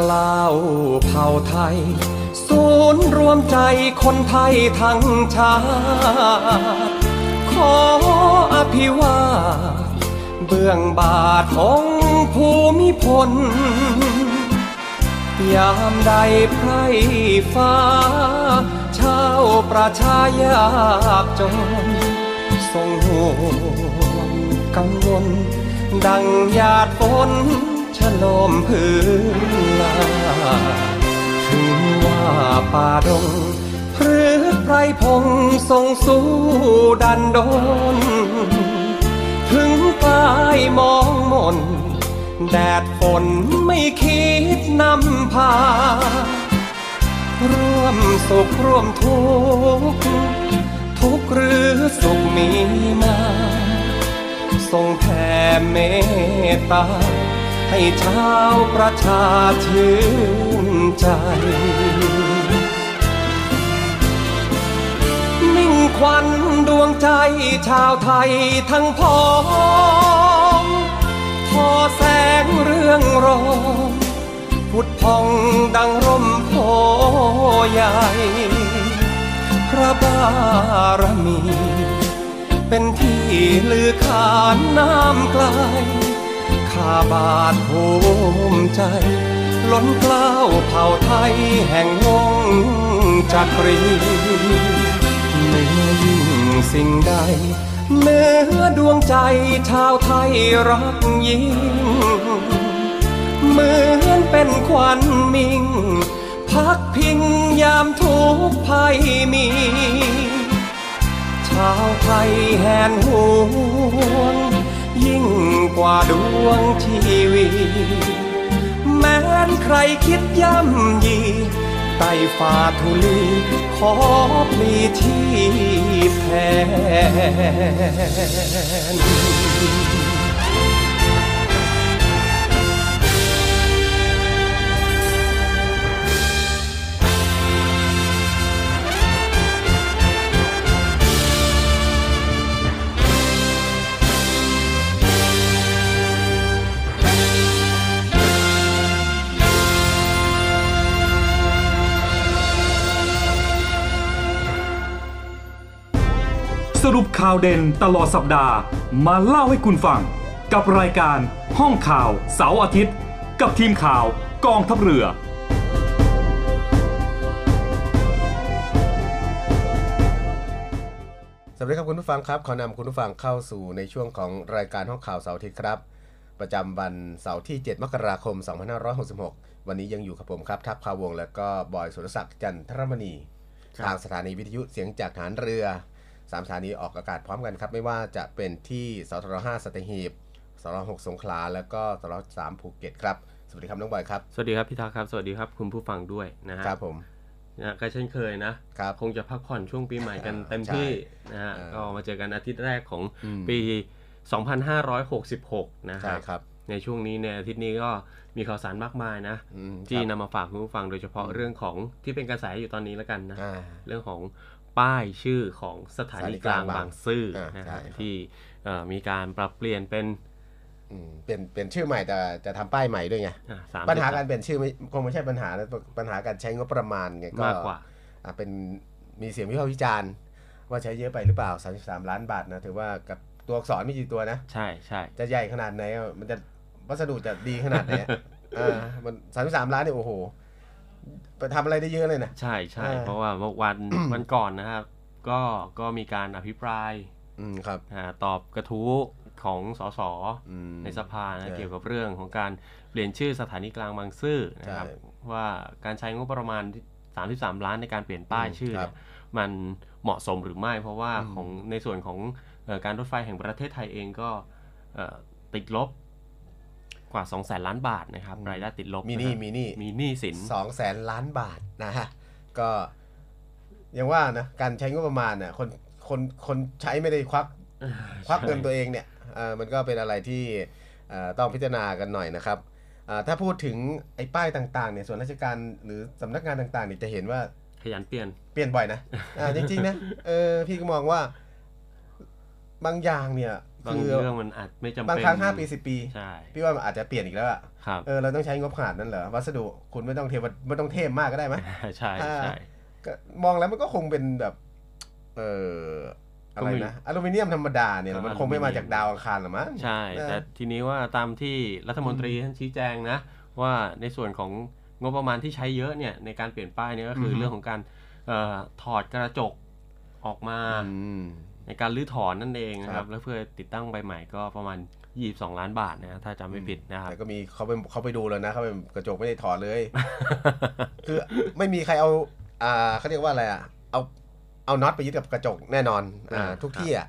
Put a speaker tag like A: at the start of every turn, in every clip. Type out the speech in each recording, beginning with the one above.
A: กล้าวเผ่าไทย ศูนย์รวมใจคนไทยทั้งชาติขออภิวาทเบื้องบาทของค์ภูมิพล ยามใดไพร่ฟ้า ชาวประชายากจนทรงห่วงกังวล ดังหยาดฝนฉโลมพื้นลาถึงว่าป่าดงพรืกไพรพงทรงสู้ดันดน ถึงกายมองมน แดดฝนไม่คิดนำพา ร่วมสุขร่วมทุกข์ทุกข์หรือสุขมีมาทรงแผ่เมตตา ให้ชาวประชาชื่นใจ มิ่งควันดวงใจชาวไทยทั้งพ้องพอแสงเรื่องรองพุดพองดังร่มโพใหญ่ พระบารมี เป็นที่ลือขานน้ำไกลข้าบาทภูมิใจ ล้นเกล้าวเผ่าไทยแห่งวงจักรี เหนือยิ่งสิ่งใดเหนือดวงใจชาวไทยรักยิ่ง เหมือนเป็นควันมิง พักพิงยามทุกข์ภัยมี ชาวไทยแหนหวง ยิ่งกว่าดวงชีวีแม้นใครคิดย่ำยี ใต้ฝ่าทุลีขอพลีที่แทน
B: สรุปข่าวเด่นตลอดสัปดาห์มาเล่าให้คุณฟัง กับรายการห้องข่าวเสาร์อาทิตย์ กับทีมข่าวกองทัพเรือ
C: สวัสดีครับคุณผู้ฟังครับขอนำคุณผู้ฟังเข้าสู่ในช่วงของรายการห้องข่าวเสาร์อาทิตย์ครับ ประจำวันเสาร์ที่ 7 มกราคม 2566 วันนี้ยังอยู่กับผมครับทัพพาวงศ์และก็บอยสุรศักดิ์จันทรมณี
D: ครับ
C: ทางสถานีวิทยุเสียงจากฐานเรือสามสถานีออกอากาศพร้อมกันครับ ไม่ว่าจะเป็นที่สทร5สัตหีบสทร6สงขลาแล้วก็สทร3ภูเก็ตครับสวัสดีครับน้องบอยครับ
D: สวัสดีครับพี่ทักครับ สวัสดีครับคุณผู้ฟังด้วยนะฮะ
C: ครับผม
D: นะฮะก็เช่นเคยนะครับ คงจะพักผ่อนช่วงปีใหม่กัน
C: อ่า
D: เต็มที่
C: ใช่
D: นะฮะ
C: อ่า
D: ก็มาเจอกันอาทิตย์แรกของ
C: อืม
D: ปี 2566 นะ
C: ใช่
D: ฮะ
C: ครับ
D: ในช่วงนี้ในอาทิตย์นี้ก็มีข่าวสารมากมายนะ
C: อืม
D: ที่
C: ครับ
D: นำมาฝากคุณผู้ฟังโดยเฉพาะเรื่องของที่เป็นกระแสอยู่ตอนนี้แล้วกันนะ
C: อ่า
D: เรื่องของป้ายชื่อของสถานีกลางบางซื่อ
C: อ่า
D: นะ
C: ใช่
D: ฮะ
C: ครับ
D: ที่เอ่อมีการปรับเปลี่ยนเป็น
C: อืมเปลี่ยนเปลี่ยนชื่อใหม่แต่จะทำป้ายใหม่ด้วยไง
D: อ่ะสาม
C: ปัญหาการเปลี่ยนชื่อไม่คงไม่ใช่ปัญหานะปัญหาการใช้งบประมาณไงก็
D: มากกว่า
C: อ่ะเป็นมีเสียงวิพากษ์วิจารณ์ ว่าใช้เยอะไปหรือเปล่า 33 ล้านบาทนะถือว่ากับตัวอักษรไม่กี่ตัวนะ
D: ใช่ใช่
C: จะใหญ่ขนาดไหนอ่ะมันจะวัสดุจะดีขนาดไหนอ่ะ อ่ามัน 33 ล้านเนี่ยโอ้โห ไปทำอะไรได้เยอะเลยนะ
D: ใช่ใช่
C: อ่า
D: เพราะว่าเมื่อวัน วันก่อนนะครับ ก็ก็มีการอภิปราย
C: อืมครับ
D: อ่าตอบกระทู้ของสส
C: อืม
D: ในสภานะ
C: ใช่
D: เกี่ยวกับเรื่องของการเปลี่ยนชื่อสถานีกลางบางซื่อนะครับ
C: ใช่
D: ว่าการใช้งบประมาณ 33 ล้านในการเปลี่ยนป้าย
C: อืม
D: ชื่อ
C: ครั
D: เนี่
C: บ
D: ยมันเหมาะสมหรือไม่ เพราะว่า
C: อืม
D: ของในส่วนของเอ่อการรถไฟแห่งประเทศไทยเองก็เอ่อติดลบกว่า 2 0 0 0 0 ล้านบาทนะครับรายได้ติดลบ
C: มีหนี่
D: ะครับ
C: มีหนี่
D: มีหนี้สิน
C: สองแสนล้านบาทนะฮะก็ยังว่านะการใช้งบประมาณน่ะคนคนคนใช้ไม่ได้ควักควักเงินตัวเองเนี่ยเอ่อมันก็เป็นอะไรที่เอ่อต้องพิจารณากันหน่อยนะครับอ่าถ้าพูดถึงไอ้ป้ายต่างๆเนี่ยส่วนราชการหรือสำนักงานต่างๆเนี่ยจะเห็นว่า
D: ขยันเปลี่ยน
C: เปลี่ยนบ่อยนะอ่าจริงๆนะเออพี่ก็มองว่าบางอย่างเนี่ย
D: บาง
C: คือ
D: เรื่องมันอาจไม่จำเป็น
C: บางครั้งห้าปีสิบปี
D: ใช่
C: พี่ว่ามันอาจจะเปลี่ยนอีกแล้วอะ
D: ครับ
C: เออเราต้องใช้งบขนาดนั้นเหรอวัสดุคุณไม่ต้องเทวดไม่ต้องเทมมากก็ได้ไหมย
D: ใช่ใช่
C: ก็มองแล้วมันก็คงเป็นแบบ เอออะไรนะอลูมิเนียมธรรมดาเนี่ย
D: ครับ
C: มันคงไม่มา
D: อลูมิเนียม
C: จากดาวอังคารหรอมั้ง
D: ใช่
C: นะ
D: แต่ทีนี้ว่าตามที่รัฐมนตรีท่านชี้แจงนะ ว่าในส่วนของงบประมาณที่ใช้เยอะเนี่ยในการเปลี่ยนป้ายเนี่ยก็คือ
B: อฮึ
D: เรื่องของการเออถอดกระจกออกมา ในการรื้อถอนนั่นเองนะค
C: ครั
D: รับ
C: บ
D: แล้วเพื่อติดตั้งใบใหม่ก็ประมาณ 22 ล้านบาทนะถ้าจำไม่ผิดนะครับ
C: แต่ก็มีเขาไปเขาไปดูแล้วนะเขาเป็นกระจกไม่ได้ถอดเลย คือไม่มีใครเอา อ่าเขาเรียกว่าอะไรอ่ะ เอาเอาน็อตไปยึดกับกระจกแน่นอนอ่า
D: อ่า
C: ทุกที่อ่ะ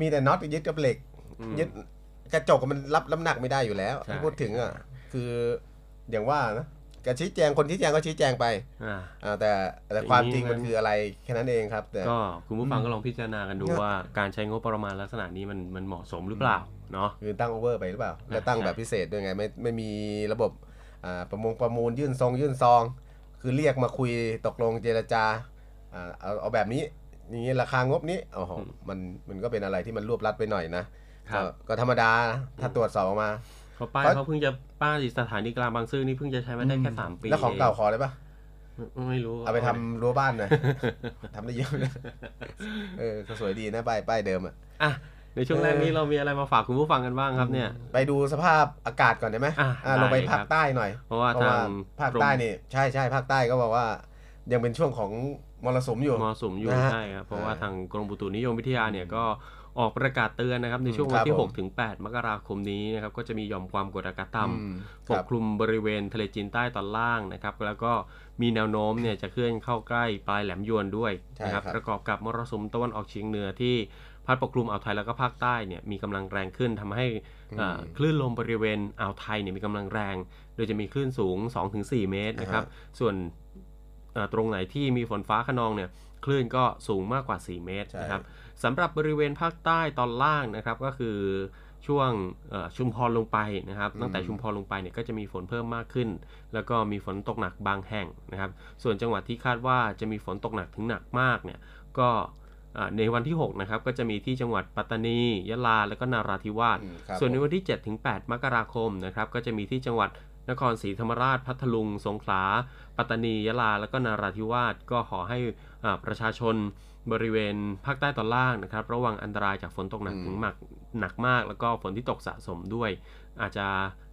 C: มีแต่น็อตไปยึดกับเหล็ก ยึดกระจกมันรับน้ำหนักไม่ได้อยู่แล้ว
D: ใช่
C: พูดถึงอ่ะคืออย่างว่านะการชี้แจงคนชี้แจงก็ชี้แจงไป
D: อ่า
C: อ่าแต่แต่
D: แต่
C: ความ
D: อย่างนี้
C: จริงมัน
D: มัน
C: คืออะไรแค่นั้นเองครับ แต่
D: ก็คุณผู้ฟัง
C: อืม
D: ก็ลองพิจารณากันดู
C: เนอะ
D: ว่าการใช้งบประมาณลักษณะนี้มันมันเหมาะสมหรือเปล่าเนาะ
C: คือตั้งโอเวอร์ไปหรือเปล่า
D: อ่า
C: แล้วตั้ง
D: ใช่
C: แบบพิเศษด้วยไงไม่ไม่มีระบบอ่าประมงประมูลยื่นซองยื่นซอง คือเรียกมาคุยตกลงเจรจาอ่าเอาเอาแบบนี้อย่างนี้ราคางบนี้โอ้โหมันมันก็เป็นอะไรที่มันรวบรัดไปหน่อยนะก็ก็ธรรมดานะถ้าตรวจสอบออกมา
D: เพราะป้าย
C: เพราะ
D: เขาเพิ่งจะป้ายสถานีกลางบางซื่อนี่เพิ่งจะใช้มาได้แค่สามปี
C: แล้วของเก่าขอได้ปะ
D: เองไม่รู้
C: เอาไปทำรั้วบ้าน หน่อย ทำได้เยอะเลยเออก็สวยดีนะป้ายป้ายเดิมอะ
D: อ่ะในช่วงแรกนี้เรามีอะไรมาฝากคุณผู้ฟังกันบ้างครับเนี่ย
C: ไปดูสภาพอากาศก่อนได้ไหม
D: อ่ะ
C: อ่าลงไป
D: ได้เลย
C: ภาค
D: ครับ
C: ใต้หน่อย
D: เพราะว่า
C: เพราะ
D: ทาง
C: ว่าภาคใต้นี่ใช่ใช่ภาคใต้ก็บอกว่า ยังเป็นช่วงของมรสุมอก
D: ร
C: ยู่
D: มมรสุมอยู่
C: นะฮะ
D: ใช่ครับเพราะ
C: อ่า
D: ว่าทางกรมอุตุนิยมวิทยาเนี่ยก็ออกประกาศเตือนนะครับในช่วง
C: อืม
D: วันที่
C: ครับผม
D: 6ถึง8มกราคมนี้นะครับก็จะมีหย่อมความกดอากาศต่ำ
C: อืม
D: ปก
C: รับ
D: คลุมบริเวณทะเลจีนใต้ตอนล่างนะครับ แล้วก็มีแนวโน้มเนี่ยจะเคลื่อนเข้าใกล้ปลายแหลมยวนด้วย
C: ใช่
D: นะครับ
C: ครับ
D: ประกอบกับมรสุมตะวันออกเฉียงเหนือที่พัดปกคลุมอ่าวไทยแล้วก็ภาคใต้เนี่ยมีกำลังแรงขึ้นทำให้อ่าคลื่นลมบริเวณอ่าวไทยเนี่ยมีกำลังแรง โดยจะมีคลื่นสูง 2-4 เมตรนะครับ ส่วนเอ่อตรงไหนที่มีฝนฟ้าขนองเนี่ยคลื่นก็สูงมากกว่า 4 เมตร
C: ใช่
D: นะครับสำหรับบริเวณภาคใต้ตอนล่างนะครับก็คือ ช่วงเอ่อชุมพรลงไปนะครับตั้งแต่ชุมพรลงไปเนี่ยก็จะมีฝนเพิ่มมากขึ้น แล้วก็มีฝนตกหนักบางแห่งนะครับ ส่วนจังหวัดที่คาดว่าจะมีฝนตกหนักถึงหนักมากเนี่ยก็อ่าในวันที่6นะครับก็จะมีที่จังหวัดปัตตานียะลาและก็นาราธิวาส
C: อืมครับ
D: ส่วนใน
C: ผม
D: วันที่7ถึง8มกราคมนะครับก็จะมีที่จังหวัดนครศรีธรรมราช พัทลุง สงขลา ปัตตานี ยะลา แล้วก็นาราธิวาส ก็ขอให้อ่าประชาชนบริเวณภาคใต้ตอนล่างนะครับ ระวังอันตรายจากฝนตกหนักถึงหนักหนักมาก แล้วก็ฝนที่ตกสะสมด้วย อาจจะ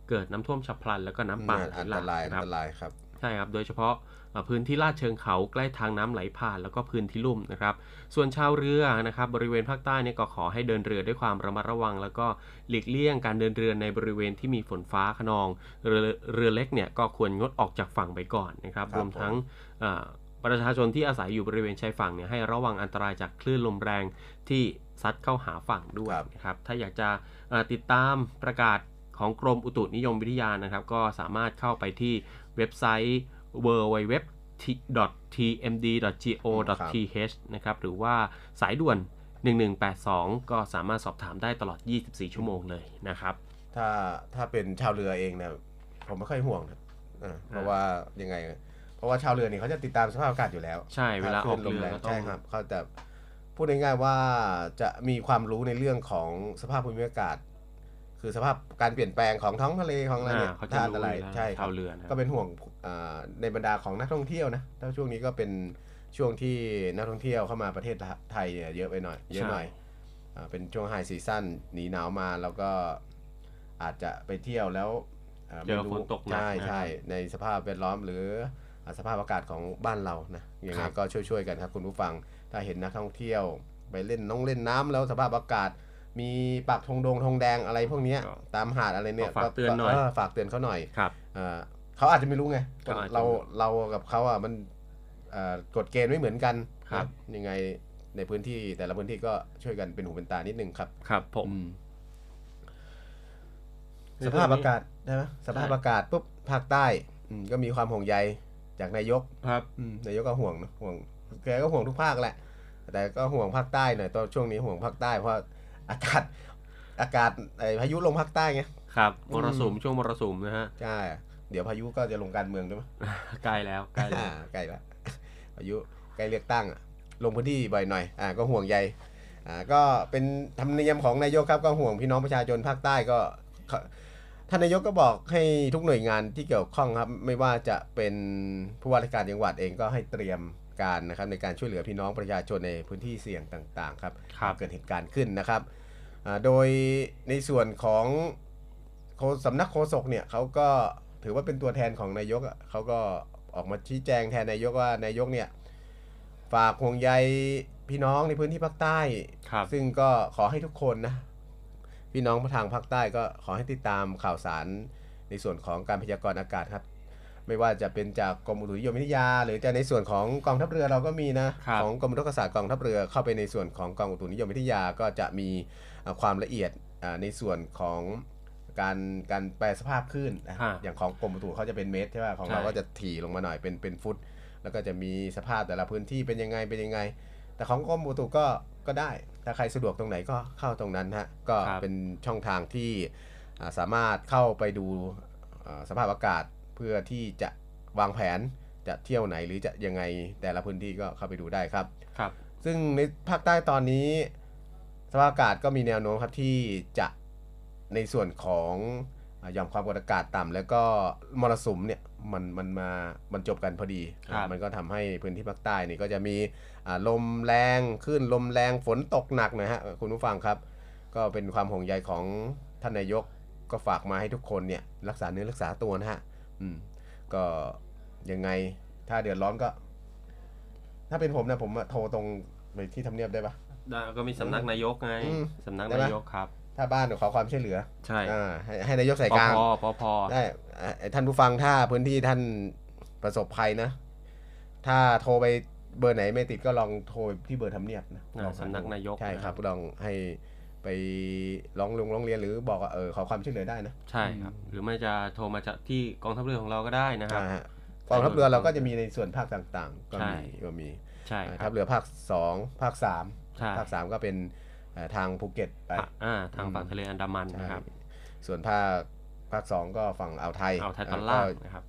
D: เกิดน้ำท่วมฉับพลัน แล้วก็น้ำป่าไหล
C: อัน
D: หลา
C: ต
D: ก
C: รายอัน
D: นะครับ
C: ตรายครับ
D: ใช่ครับ โดยเฉพาะเอ่อพื้นที่ลาดเชิงเขาใกล้ทางน้ำไหลผ่านแล้วก็พื้นที่ลุ่มนะครับ ส่วนชาวเรือนะครับบริเวณภาคใต้เนี่ยก็ขอให้เดินเรือด้วยความระมัดระวัง แล้วก็หลีกเลี่ยงการเดินเรือในบริเวณที่มีฝนฟ้าขนอง เรือเรือเล็กเนี่ยก็ควรงดออกจากฝั่งไปก่อนนะครับ
C: ครับ
D: รวมทั้งเอ่อประชาชนที่อาศัยอยู่บริเวณชายฝั่งเนี่ยให้ระวังอันตรายจากคลื่นลมแรงที่ซัดเข้าหาฝั่งด้วย
C: ครับ
D: นะครับถ้าอยากจะเอ่อติดตามประกาศของกรมอุตุนิยมวิทยานะครับ ก็สามารถเข้าไปที่ เว็บไซต์ www.tmd.go.th นะครับ หรือว่าสายด่วน 1182 ก็สามารถสอบถามได้ตลอด 24 ชั่วโมงเลยนะครับ
C: ถ้าถ้าเป็นชาวเรือเองเนะผมไม่ค่อยห่วงนะอ่าเพราะว่ายังไง เพราะว่าชาวเรือนี่เขาจะติดตามสภาพอากาศอยู่แล้ว
D: ใช่เวลาออก
C: คลื่น
D: เรือ
C: มแง
D: ก็ต้อ
C: ใช่
D: ง
C: ครับเขาจะพูดง่ายๆว่าจะมีความรู้ในเรื่องของสภาพภูมิอากาศ คือสภาพการเปลี่ยนแปลงของท้องทะเลของอะไรเนี่ย
D: อ่าเขาจะ
C: ถ้าอันตราย
D: รู้อยู่แล้ว
C: ใช่ครั
D: ชา
C: บ
D: วเรือนะครับ
C: ก็เป็นห่วงอ่าในบรรดาของนักท่องเที่ยวนะถ้าช่วงนี้ก็เป็นช่วงที่นักท่องเที่ยวเข้ามาประเทศไทยเนี่ยเยอะไปหน่อย เยอะหน่อยอ่าเป็นช่วงไฮซีซั่นหนีหนาวมาแล้วก็อาจจะไปเที่ยวแล้วา
D: เจอ
C: ไม่รู้
D: ฝนตกหนัก
C: ใช่ใช่
D: นะครับ
C: ในสภาพแวดล้อมหรืออ่าสภาพอากาศของบ้านเรานะยังไง
D: ครับ
C: ก็ช่วยๆกันครับคุณผู้ฟังถ้าเห็นนักท่องเที่ยว ไปเล่นน้องเล่นน้ำแล้วสภาพอากาศ มีปักธงดงธงแดงอะไรพวกเนี้ย
D: ก็
C: ตามหาดอะไรเนี่ย
D: ก็ฝากเตือนหน่อย
C: ฝากเตือนเขาหน่อย
D: ครับ
C: เอ่อเขาอาจจะไม่รู้ไง
D: เขาอาจจะ
C: เราเรากับเขาอ่ะมันเอ่อกฎเกณฑ์ไม่เหมือนกัน
D: ครับ
C: นะยังไงในพื้นที่แต่ละพื้นที่ก็ช่วยกันเป็นหูเป็นตานิดนึงครับ
D: ครับผม
C: สภาพอากาศใช่ไหมสภาพอากาศปุ๊บภาคใต้อืมก็มีความห่วงใยจากนายก
D: ครับ
C: อืมนายกก็ห่วงนะห่วงแกก็ห่วงทุกภาคแหละ แต่ก็ห่วงภาคใต้หน่อยตอนช่วงนี้ห่วงภาคใต้เพราะอากาศอากาศไอ้พายุลงภาคใต้ไง
D: ครับ มรสุม ช่วงมรสุมนะฮะ
C: ใช่เดี๋ยวพายุก็จะลงการเมืองด้วยมั้ย
D: ใกล้แล้ว ใกล้แล้ ว
C: อ่าใกล้ละอายุใกล้เลือกตั้งอะลงพื้นที่บ่อยหน่อยอ่าก็ห่วงใย อ่าก็เป็นธรรมเนียมของนายกครับก็ห่วงพี่น้องประชาชนภาคใต้ก็ท่านนายกก็บอกให้ทุกหน่วยงานที่เกี่ยวข้องครับ ไม่ว่าจะเป็นผู้ว่าราชการจังหวัดเองก็ให้เตรียมการนะครับในการช่วยเหลือพี่น้องประชาชนในพื้นที่เสี่ยงต่างๆครับ
D: ครับ
C: เกิดเหตุการณ์ขึ้นนะครับอ่าโดยในส่วนของโฆสำนักโฆษกเนี่ยเขาก็ถือว่าเป็นตัวแทนของนายกอะเขาก็ออกมาชี้แจงแทนนายกว่านายกเนี่ย ฝากห่วงใยพี่น้องในพื้นที่ภาคใต้
D: ครับ
C: ซึ่งก็ขอให้ทุกคนนะ พี่น้องทางภาคใต้ก็ขอให้ติดตามข่าวสารในส่วนของการพยากรณ์อากาศครับ ไม่ว่าจะเป็นจากกรมอุตุนิยมวิทยา หรือจะในส่วนของกองทัพเรือเราก็มีนะ
D: ครับ
C: ของกรมอุตุนิยมวิทยากองทัพเรือเข้าไปในส่วนของกองอุตุนิยมวิทยาก็จะมีเอ่อความละเอียดอ่าในส่วนของการการแปรสภาพคลื่นนะ
D: อ่า
C: อย่างของกรมอุตุเขาจะเป็นเมตรใช่ป่ะของเรา
D: ใช่
C: ก็จะถี่ลงมาหน่อยเป็นเป็นฟุต แล้วก็จะมีสภาพแต่ละพื้นที่เป็นยังไงเป็นยังไง แต่ของกรมอุตุก็ก็ได้ ถ้าใครสะดวกตรงไหนก็เข้าตรงนั้นฮะก็
D: ครับ
C: เป็นช่องทางที่อ่าสามารถเข้าไปดูอ่าสภาพอากาศเพื่อที่จะวางแผนจะเที่ยวไหนหรือจะยังไงแต่ละพื้นที่ก็เข้าไปดูได้ครับ
D: ครับ
C: ซึ่งในภาคใต้ตอนนี้สภาพอากาศก็มีแนวโน้มครับที่จะในส่วนของอ่าหย่อมความกดอากาศต่ำแล้วก็มรสุมเนี่ยมันมันมามันจบกันพอดี
D: ครับ
C: มันก็ทำให้พื้นที่ภาคใต้นี่ก็จะมีอ่าลมแรงขึ้นลมแรงฝนตกหนักนะฮะคุณผู้ฟังครับ ก็เป็นความห่วงใยของท่านนายกก็ฝากมาให้ทุกคนเนี่ยรักษาเนื้อรักษาตัวนะฮะอืมก็ยังไงถ้าเดือดร้อนก็ ถ้าเป็นผมนะผมอะโทรตรงไปที่ทำเนียบได้ปะ
D: ได้ก็มีสำนักนายกไง
C: อืม
D: สำนัก
C: ได้ปะ
D: นายกครับ
C: ถ้าบ้านขอความช่วยเหลือ
D: ใช่
C: อ่าให้ให้นายกใส่
D: ป
C: กลาง
D: พปพ
C: ได้อ่ะท่านผู้ฟังถ้าพื้นที่ท่านประสบภัยนะ ถ้าโทรไปเบอร์ไหนไม่ติดก็ลองโทรที่เบอร์ทำเนียบนะ
D: อ่า
C: ลองหา
D: สำนักนายก
C: ใช่ครับ
D: นะครับ
C: ลองให้ไปร้องลงร้องเรียนหรือบอกว่าเออขอความช่วยเหลือได้นะ
D: ใช่ครับ หรือไม่จะโทรมาจากที่กองทัพเรือของเราก็ได้นะครับ
C: อ่าฮะกองทัพเรือเราก็จะมีในส่วนภาคต่างๆ ก็มี
D: ใช่
C: ก็มี
D: ใช่ค
C: ทั
D: รั
C: พ
D: บ
C: เรือภาคสองภาคสาม
D: ใช่
C: ภาคสามก็เป็นเอ่อทางภูเก็ตไป
D: อ่าทางฝั่งทะเลอันดามัน
C: ใช่
D: นะครับ
C: ส่วนภาคภาคสองก็ฝั่งอ่าวไทย
D: อ่าวไทยตอน
C: ะ
D: ล่าง
C: ก็
D: นะครับ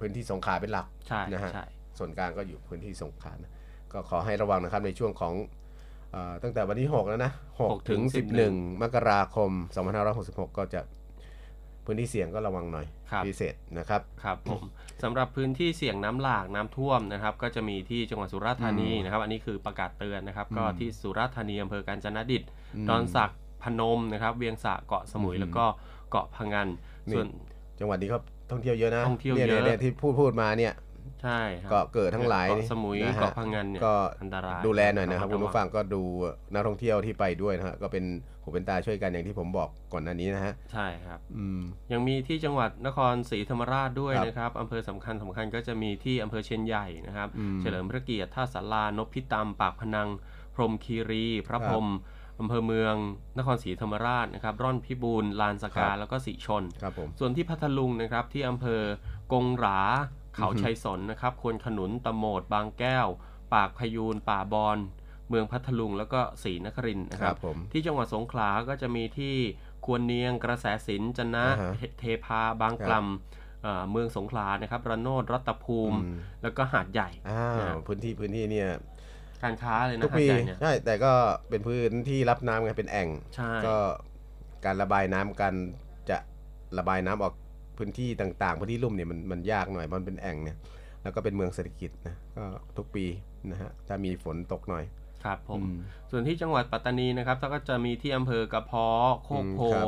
C: พื้นที่สงขลาเป็นหลัก
D: ใช่
C: นะฮะ
D: ใช่
C: ส่วนกลางก็อยู่พื้นที่สงขลานะก็ขอให้ระวังนะครับในช่วงของเออตั้งแต่วันที่ 6 แล้วนะ6
D: 6ถึ
C: ถึง
D: ง
C: 11 มกราคม 2566 ก็จะพื้นที่เสี่ยงก็ระวังหน่อย
D: ครับ
C: พิเศษนะครับ
D: ครับผมสำหรับพื้นที่เสี่ยงน้ำหลากน้ำท่วมนะครับ ก็จะมีที่จังหวัดสุราษฎร์ธานีนะครับ อันนี้คือประกาศเตือนนะครับ ก็ที่สุราษฎร์ธานีอำเภอกาญจนดิต
C: อืม
D: ดอนสักพนมนะครับ เวียงสะเกาะสมุย
C: อืม
D: แล้วก็เกาะพะงัน
C: นี่
D: ส่วน
C: จังหวัดนี้เขาท่องเที่ยวเยอะนะ
D: ท่องเที่ยว
C: นี่
D: เยอะ
C: นี่ที่พูดพูดมาเนี่ย
D: ใช่ครับ
C: เกาะเกิดทั้งหลาย
D: เกาะสมุย
C: นะฮะ
D: เกาะพะงันเนี่ย
C: ก็
D: อันตราย
C: ดูแลหน่อยนะครับ
D: วั
C: คุ
D: ง
C: ณผู้ฟังก็ดูนักท่องเที่ยวที่ไปด้วยนะฮะก็เป็นหูเป็นตาช่วยกันอย่างที่ผมบอกก่อนหน้านี้นะฮะ
D: ใช่ครับ
C: อืม
D: ยังมีที่จังหวัดนครศรีธรรมราชด้วย
C: ครับ
D: นะครับอำเภอสำคัญสำคัญก็จะมีที่อำเภอเชียนใหญ่นะครับ
C: อืม
D: เฉลิมพระเกียรติท่าสารานพพิตามปากพนัง พรหมคีรี พระ
C: ครับ
D: พรหมอำเภอเมืองนครศรีธรรมราชนะครับ ร่อนพิบูลลานสกา
C: ครับ
D: แล้วก็สีชน
C: ครับผม
D: ส่วนที่พัทลุงนะครับที่อำเภอกงหรา เขาชัยสนนะครับควนขนุนตะโหมด บางแก้ว ปากพยูนป่าบอนเมืองพัทลุงแล้วก็ศรีนครินทร์นะค
C: ค
D: รั
C: รับ บผม
D: ที่จังหวัดสงขลาก็จะมีที่ควรเนียงกระแสสินจนะ
C: อ่าฮะ
D: เทเทพาบางกล่ำเอ่อเมืองสงขลานะครับระโนดรัตภูมิ
C: อืม
D: แล้วก็หาดใหญ่
C: อ้าวพื้นที่พื้นที่เนี่ย
D: การค้าเลยนะ
C: ทุก
D: หาด
C: ปี
D: ใหญ่เนี่ย
C: ใช่แต่ก็เป็นพื้นที่รับน้ำไงเป็นแอ่ง
D: ใช่
C: ก็การระบายน้ำการจะระบายน้ำออกพื้นที่ต่างๆพื้นที่ลุ่มเนี่ยมันมันยากหน่อยเพราะมันเป็นแอ่งเนี่ยแล้วก็เป็นเมืองเศรษฐกิจนะก็ทุกปีนะฮะถ้ามีฝนตกหน่อย
D: ครับผม
C: อืม
D: ส่วนที่จังหวัดปัตตานีนะครับก็จะมีที่อำเภอกระเพาะโคกโพ
C: อืมครับ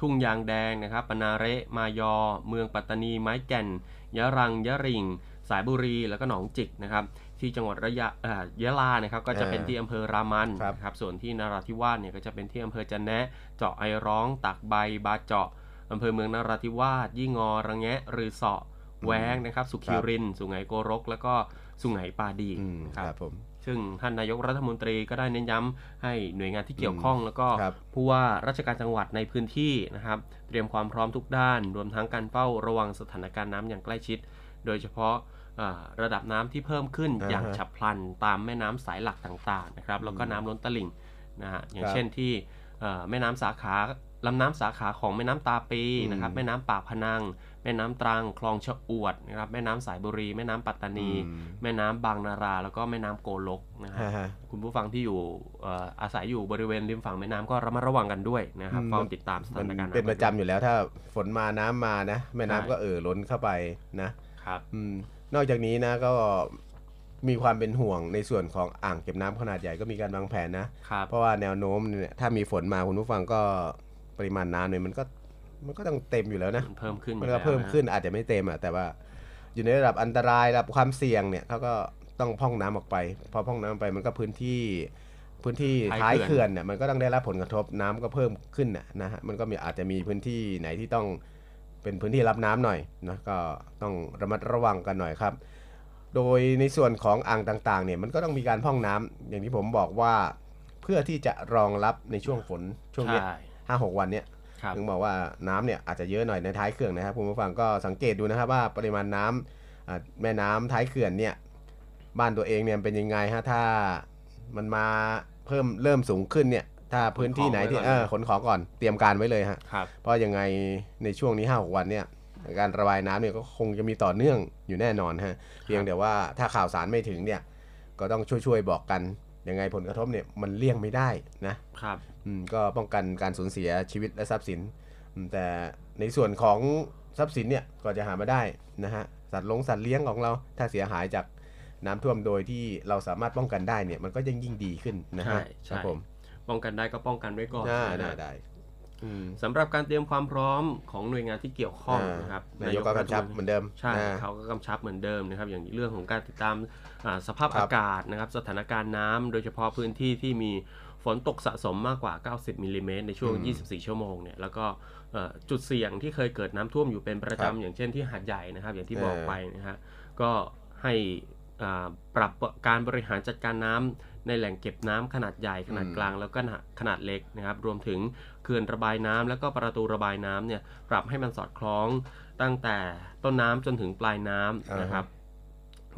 D: ทุ่งยางแดงนะครับปนาเระมายอ เมืองปัตตานี ไม้แก่นยะรังยะริง สายบุรีแล้วก็หนองจิกนะครับ ที่จังหวัดระยะเอ่อยะลานะครับ ก็จะเป็น
C: อ่า
D: ที่อำเภอรามัน
C: ครับ
D: นะครับ ส่วนที่นราธิวาสเนี่ยก็จะเป็นที่อำเภอจะแนะเจาะไอร้อง ตักใบ บาเจาะอำเภอเมืองนราธิวาสยี่งอระแงะรือเสาะแว้งนะครับ สุขิรินทร์สุไหงโกรก แล้วก็สุไหงปาดี
C: อืม
D: นะ
C: ครับผม
D: ซึ่งท่านนายกรัฐมนตรีก็ได้เน้นย้ำให้หน่วยงานที่เกี่ยวข้อง แล้วก็
C: ครับ
D: ผู้ว่าราชการจังหวัดในพื้นที่นะครับ เตรียมความพร้อมทุกด้าน รวมทั้งการเฝ้าระวังสถานการณ์น้ำอย่างใกล้ชิด โดยเฉพาะเอ่อระดับน้ำที่เพิ่มขึ้นอย่างฉับพลันตามแม่น้ำสายหลักต่างๆนะครับแล้วก็น้ำล้นตลิ่งนะฮะอย่างเช่นที่เอ่อแม่น้ำสาขา ลำน้ำสาขาของแม่น้ำตาปีนะครับ
C: อืม
D: แม่น้ำป่าพนัง แม่น้ำตรัง คลองชะอวดนะครับแม่น้ำสายบุรี แม่น้ำปัตตานี
C: อืม
D: แม่น้ำบางนารา แล้วก็แม่น้ำโกลกนะครั
C: ฮะฮะ
D: บคุณผู้ฟังที่อยู่เอ่ออาศัยอยู่บริเวณริมฝั่งแม่น้ำก็ระมัดระวังกันด้วยนะครับเฝ้าติดตามส
C: มั
D: ถานการณ์
C: เป็นประจำอยู่แล้วถ้าฝนมาน้ำมานะแม่น้ำก็เอ่อล้นเข้าไปนะ
D: ครับ
C: อืมนอกจากนี้นะก็มีความเป็นห่วงในส่วนของอ่างเก็บน้ำขนาดใหญ่ก็มีการวางแผนนะ
D: ครับ
C: เพราะว่าแนวโน้มเนี่ยถ้ามีฝนมาคุณผู้ฟังก็ปริมาณน้ำเนี่ยมันก็มันก็ต้องเต็มอยู่แล้วนะ
D: มันเพิ่มขึ้น
C: มัน
D: อยู่
C: ก็
D: แล้ว
C: เพิ่ม
D: ะ
C: ขึ้นอาจจะไม่เต็มอะแต่ว่าอยู่ในระดับอันตรายระดับความเสี่ยงเนี่ยเขาก็ต้องพร่องน้ำออกไป พอพร่องน้ำออกไปมันก็พื้นที่พื้นที่ท้ายเขื่อนเนี่ยมันก็ต้องได้รับผลกระทบน้ำก็เพิ่มขึ้นน่ะนะฮะมันก็มีอาจจะมีพื้นที่ไหนที่ต้องเป็นพื้นที่รับน้ำหน่อยนะก็ต้องระมัดระวังกันหน่อยครับ โดยในส่วนของอ่างต่างๆเนี่ยมันก็ต้องมีการพร่องน้ำอย่างที่ผมบอกว่าเพื่อที่จะรองรับในช่วงฝนช่วงเนี้ย
D: ใช่
C: ห้าหกวันเนี้ย
D: ครับ
C: ถึงบอกว่าน้ำเนี่ยอาจจะเยอะหน่อยในท้ายเขื่อนนะครับคุณผู้ฟังก็สังเกตดูนะครับว่าปริมาณน้ำอ่าแม่น้ำท้ายเขื่อนเนี่ยบ้านตัวเองเนี่ยเป็นยังไงฮะถ้ามันมาเพิ่มเริ่มสูงขึ้นเนี่ยถ้าพื้นที่ไหนที่
D: ขนของไว้
C: เออขนของ
D: ก่อน
C: ก่อนเตรียมการไว้เลยฮะ
D: ครับ
C: เพราะยังไงในช่วงนี้ห้าหกวันเนี่ยการระบายน้ำเนี่ยก็คงจะมีต่อเนื่องอยู่แน่นอนฮะเพียงแต่ว่าถ้าข่าวสารไม่ถึงเนี่ยก็ต้องช่วยๆบอกกันยังไงผลกระทบเนี่ยมันเลี่ยงไม่ได้นะ
D: ครับ
C: อืมก็ป้องกันการสูญเสียชีวิตและทรัพย์สินอืมแต่ในส่วนของทรัพย์สินเนี่ยก็จะหามาได้นะฮะสัตว์ลงสัตว์เลี้ยงของเราถ้าเสียหายจากน้ำท่วมโดยที่เราสามารถป้องกันได้เนี่ยมันก็ยิ่งยิ่งดีขึ้นนะฮะ
D: ใช่
C: ค
D: ใช่
C: รับผม
D: ป้องกันได้ก็ป้องกันไว้ก่อน
C: ได้
D: นะ
C: ได้
D: ฮะ
C: ได้อืม
D: สำหรับการเตรียมความพร้อมของหน่วยงานที่เกี่ยวข้องนะครับ
C: นายกก็กำชับ
D: ฐ
C: เห
D: ม
C: มื
D: น
C: อน
D: ตรี
C: เดิม
D: ใช่
C: นะ
D: เขาก็กำชับเหมือนเดิมนะครับ อย่างเรื่องของการติดตามอ่าสภาพ
C: ครั
D: อา
C: บ
D: กาศนะครับ สถานการณ์น้ำโดยเฉพาะพื้นที่ที่มีฝนตกสะสมมากกว่า 90มิลลิเมตรในช่วง 24 ชั่วโมงเนี่ยแล้วก็เอ่อจุดเสี่ยงที่เคยเกิดน้ำท่วมอยู่เป็นประจำอย่างเช่นที่หาดใหญ่นะครับ อย่างที่บอกไปนะฮะก็ให้อ่าปรับการบริหารจัดการน้ำในแหล่งเก็บน้ำขนาดใหญ่ขนาด
C: อืม
D: กลาง แล้วก็ขนาดขนาดเล็กนะครับ รวมถึงเขื่อนระบายน้ำแล้วก็ประตูระบายน้ำเนี่ยปรับให้มันสอดคล้องตั้งแต่ต้นน้ำจนถึงปลายน้ำนะครับ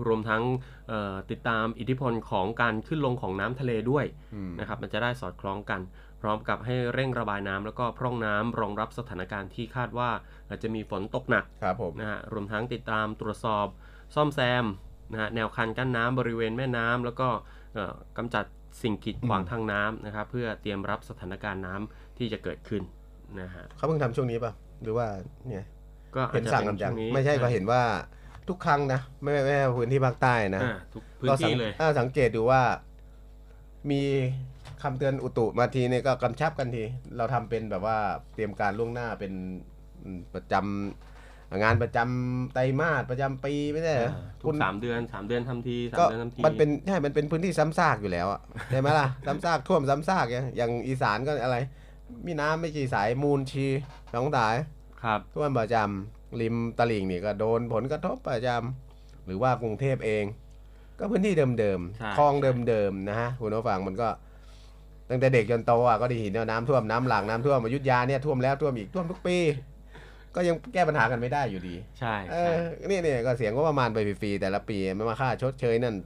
D: รวมทั้งเอ่อติดตามอิทธิพลของการขึ้นลงของน้ำทะเลด้วย
C: อืม
D: นะครับ มันจะได้สอดคล้องกัน พร้อมกับให้เร่งระบายน้ำแล้วก็พร่องน้ำรองรับสถานการณ์ที่คาดว่าอาจจะมีฝนตกหนัก
C: ครับผม
D: นะฮะรวมทั้งติดตามตรวจสอบซ่อมแซมนะฮะแนวคันกั้นน้ำบริเวณแม่น้ำแล้วก็เอ่อกำจัดสิ่งกีดขวางทางน้ำนะครับ เพื่อเตรียมรับสถานการณ์น้ำที่จะเกิดขึ้นนะฮะ
C: เขาเพิ่งทำช่วงนี้ป่ะหรือว่าเนี่ย
D: ก็
C: เห็นสั่งกันจังไม่ใช่ก็เห็นว่าทุกครั้งนะไม่ไม่ไม่ว่าพื้นที่ภาคใต้นะ
D: อ่าทุกพื้น
C: ก็สั
D: ที่
C: ง
D: เลย
C: อ่าสังเกตดูว่ามีคำเตือนอุตุมาทีเนี่ยก็กำชับกันที เราทำเป็นแบบว่าเตรียมการล่วงหน้าเป็นอืมประจำงานประจำไตรมาสประจำปีไม่ใช่เหรอ
D: ทุกสามเดือนสามเดือนทำทีสาม
C: ก็
D: เดือนทำที
C: มันเป็นใช่มันเป็นพื้นที่ซ้ำซากอยู่แล้วอะ ใช่ไหมล่ะซ้ำซากท่วมซ้ำซากอย่างอย่างอีสานก็อะไร มีน้ำไม่กี่สายมูลชีสองสาย
D: ครับ
C: ท่วมประจำริมตลิ่งนี่ก็โดนผลกระทบประจำหรือว่ากรุงเทพเอง ก็พื้นที่เดิม
D: ใช่
C: ๆคลองเดิมๆนะฮะคุณผู้ฟังมันก็ ตั้งแต่เด็กจนโตอ่ะก็ได้เห็นว่าน้ำท่วมน้ำหลากน้ำท่วมอยุธยาเนี่ยท่วมแล้วท่วมอีกท่วมทุกปี ก็ยังแก้ปัญหากันไม่ได้อยู่ดี
D: ใช่
C: เอ
D: ใช่
C: อนี่เนี่ยก็เสียงก็ประมาณไปฟรีๆแต่ละปีไม่มาค่าชดเชยนั่น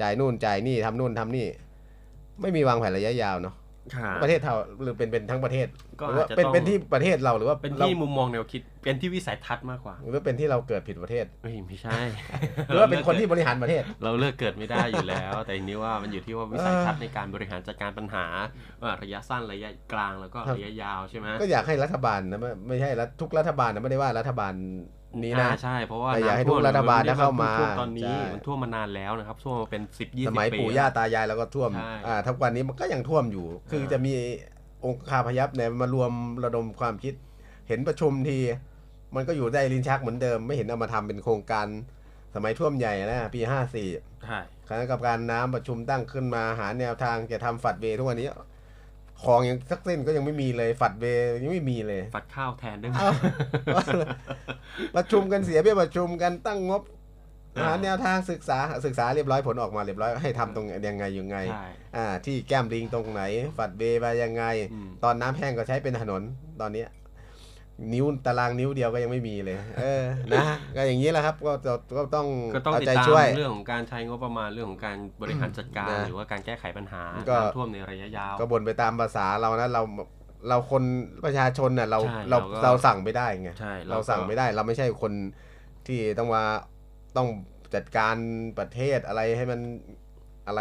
C: จ่ายนู่นจ่ายนี่ทำนู่นทำนี่ ไม่มีวางแผนระยะยาวเนาะประเทศเราหรือเป็นเป็นทั้งประเทศ
D: ก็
C: หรือว่า
D: อาจจะ
C: เป็น
D: ต้อง
C: เป็นที่ประเทศเราหรือว่า
D: เป็น
C: รา
D: ที่มุมมองแนวคิดเป็นที่วิสัยทัศน์มากกว่า
C: หรือว่าเป็นที่เราเกิดผิดประเทศ
D: เอ้ยไม่ใช่
C: หรือว่าเป็นคนที่บริหารประเทศ
D: เราเลิกเกิดไม่ได้อยู่แล้ว แต่ทีนี้ว่ามันอยู่ที่ว่าวิสัยทัศน์ในการบริหารจัดการปัญหาว่าระยะสั้นระยะกลางแล้วก็
C: ครับ
D: ระยะยาวใช่ไหม
C: ก็อยากให้รัฐบาลนะไม่ไม่ใช่รัฐทุกรัฐบาลนะไม่ได้ว่ารัฐบาลนี้นะ
D: อ่าใช่เพราะว่า
C: แต่อยากให้
D: น้ำท่วม
C: ทุกรัฐบาลนะเข้ามา
D: ท่วตอนนี้
C: ใช่
D: มันท่วมมานานแล้วนะครับท่วมมาเป็นสิบยี่
C: ส
D: สิบ
C: มัย
D: ปี
C: ปู่ย่าตายายเราก็ท่วม
D: ใช่
C: อ่าทุกวันนี้มันก็ยังท่วมอยู่ คือ
D: เออ
C: จะมีองค์คาพยัพเนี่ยมารวมระดมความคิด เห็นประชุมที มันก็อยู่ได้ลิ้นชักเหมือนเดิม ไม่เห็นเอามาทำเป็นโครงการ สมัยท่วมใหญ่นะปีห้าสี่
D: ใช่
C: คณะกรรมการน้ำประชุมตั้งขึ้นมาหาแนวทางจะทำฝัดเวย์ทุกวันนี้ของยังสักเส้นก็ยังไม่มีเลยฝัดเวย์ยังไม่มีเลย
D: ฝัดข้าวแทนได้ไหม
C: เอา ประชุมกันเสียเบี้ยประชุมกันตั้งงบ
D: อ่า
C: หาแนวทางศึกษาศึกษาเรียบร้อยผลออกมาเรียบร้อยให้ทำตรงยังไงยังไง
D: ใช่
C: อ่า ที่แก้มลิงตรงไหน ฝัดเบไปยังไง
D: อืม
C: ตอนน้ำแห้งก็ใช้เป็นถนนตอนเนี้ยนิ้วตารางนิ้วเดียวก็ยังไม่มีเลย เออนะก็อย่างนี้แหละครับก็ก็ก็ต้อง
D: ก็ต้อง
C: เอา
D: ติด
C: ใจ
D: ตาม
C: ช่วย
D: เรื่องของการใช้งบประมาณเรื่องของการบริหารจัดการ
C: นะ
D: หรือว่าการแก้ไขปัญหา
C: ก็
D: น้ำท่วมในระยะยาว
C: ก็บ่นไปตามภาษาเรานะเรา เราคนประชาชนน่ะเรา
D: ใช่
C: เรา
D: เราก็
C: เราสั่งไม่ได้ไง
D: ใช่เราก็
C: เราสั่งไม่ได้ เราไม่ใช่คนที่ต้องมาต้องจัดการประเทศอะไรให้มันอะไร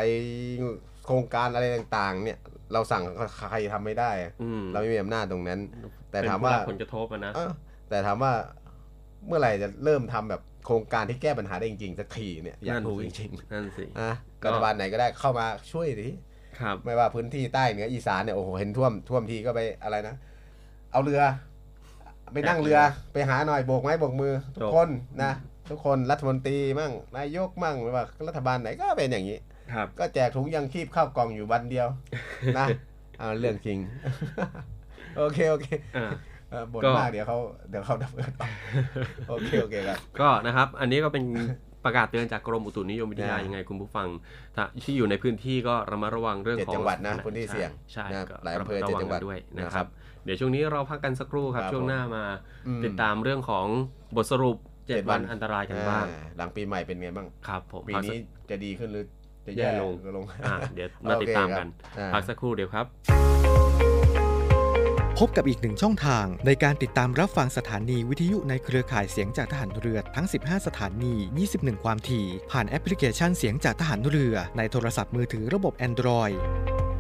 C: โครงการอะไรต่างๆ เนี่ยเราสั่งใครทำไม่ได้
D: อืม
C: เราไม่มีอำนาจตรงนั้น แต่
D: เป็น
C: ถาม
D: ผู้
C: ว่า
D: รับผลกระทบอะนะ
C: เอ้าแต่ถามว่าเมื่อไหร่จะเริ่มทำแบบโครงการที่แก้ปัญหาได้จริงๆสักทีเนี่ยอยากรู้จริง
D: นั่นสิ
C: ๆอ่ะ
D: ก็
C: รัฐบาลไหนก็ได้เข้ามาช่วยดิ
D: ครับ
C: ไม่ว่าพื้นที่ใต้เหนืออีสานเนี่ยโอ้โหเห็นท่วมท่วมทีก็ไปอะไรนะ เอาเรือ ไปนั่งเรือไปหาหน่อยโบกไม้โบกมือ ทุก
D: จบ
C: คนนะ ทุกคนรัฐมนตรีมั่งนายกมั่งไม่ว่ารัฐบาลไหนก็เป็นอย่างนี้
D: ครับ
C: ก็แจกถุงยังคีบข้าวกล่องอยู่วัน เดียว นะเอาเรื่องจ ริง โอเคโอเค
D: อ่า
C: เออบ่น
D: ก็
C: มากเดี๋ยวเขาเดี๋ยวเขาดับเบิล ต่อโอเค โอเคครับ
D: ก็นะครับ อันนี้ก็ เป็น ประกาศเตือนจากกรมอุตุนิยมวิทยา
C: นะ
D: ยังไงคุณผู้ฟังถ้าที่อยู่ในพื้นที่ก็ระมัดระวังเรื่อง
C: เจ็ด
D: ของ
C: จังหวัดนะ
D: สถา
C: พื้นที่เสี่ยง
D: ใช่
C: นะ
D: ก็
C: หลายอำเภอ
D: ระ
C: เจ็ด
D: มั
C: จังหวัด
D: กันด้วยนะ
C: นะ
D: ค
C: ครั
D: รับ บ เดี๋ยวช่วงนี้เราพักกันสักครู่ครับ
C: ครับ
D: ช่วงหน้ามา
C: อืม
D: ติดตามเรื่องของบทสรุป
C: เจ็ด
D: 7
C: วั
D: วัน นอันตรายกันบ้าง
C: อ่หลังปีใหม่เป็นไงบ้าง
D: ครับผม
C: ปี
D: พักสั
C: นี้
D: ก
C: จะดีขึ้นหรือจะ
D: แย่
C: แย่
D: ลง
C: ลง
D: อ่ะเดี๋ยวมาติดตามกัน
C: โอเคครับ
D: พักสักครู่เดี๋ยวครับ
E: พบกับอีกหนึ่งช่องทาง ในการติดตามรับฟังสถานีวิทยุในเครือข่ายเสียงจากทหารเรือทั้ง 15 สถานี 21 ความถี่ ผ่านแอปพลิเคชันเสียงจากทหารเรือ ในโทรศัพท์มือถือระบบ Android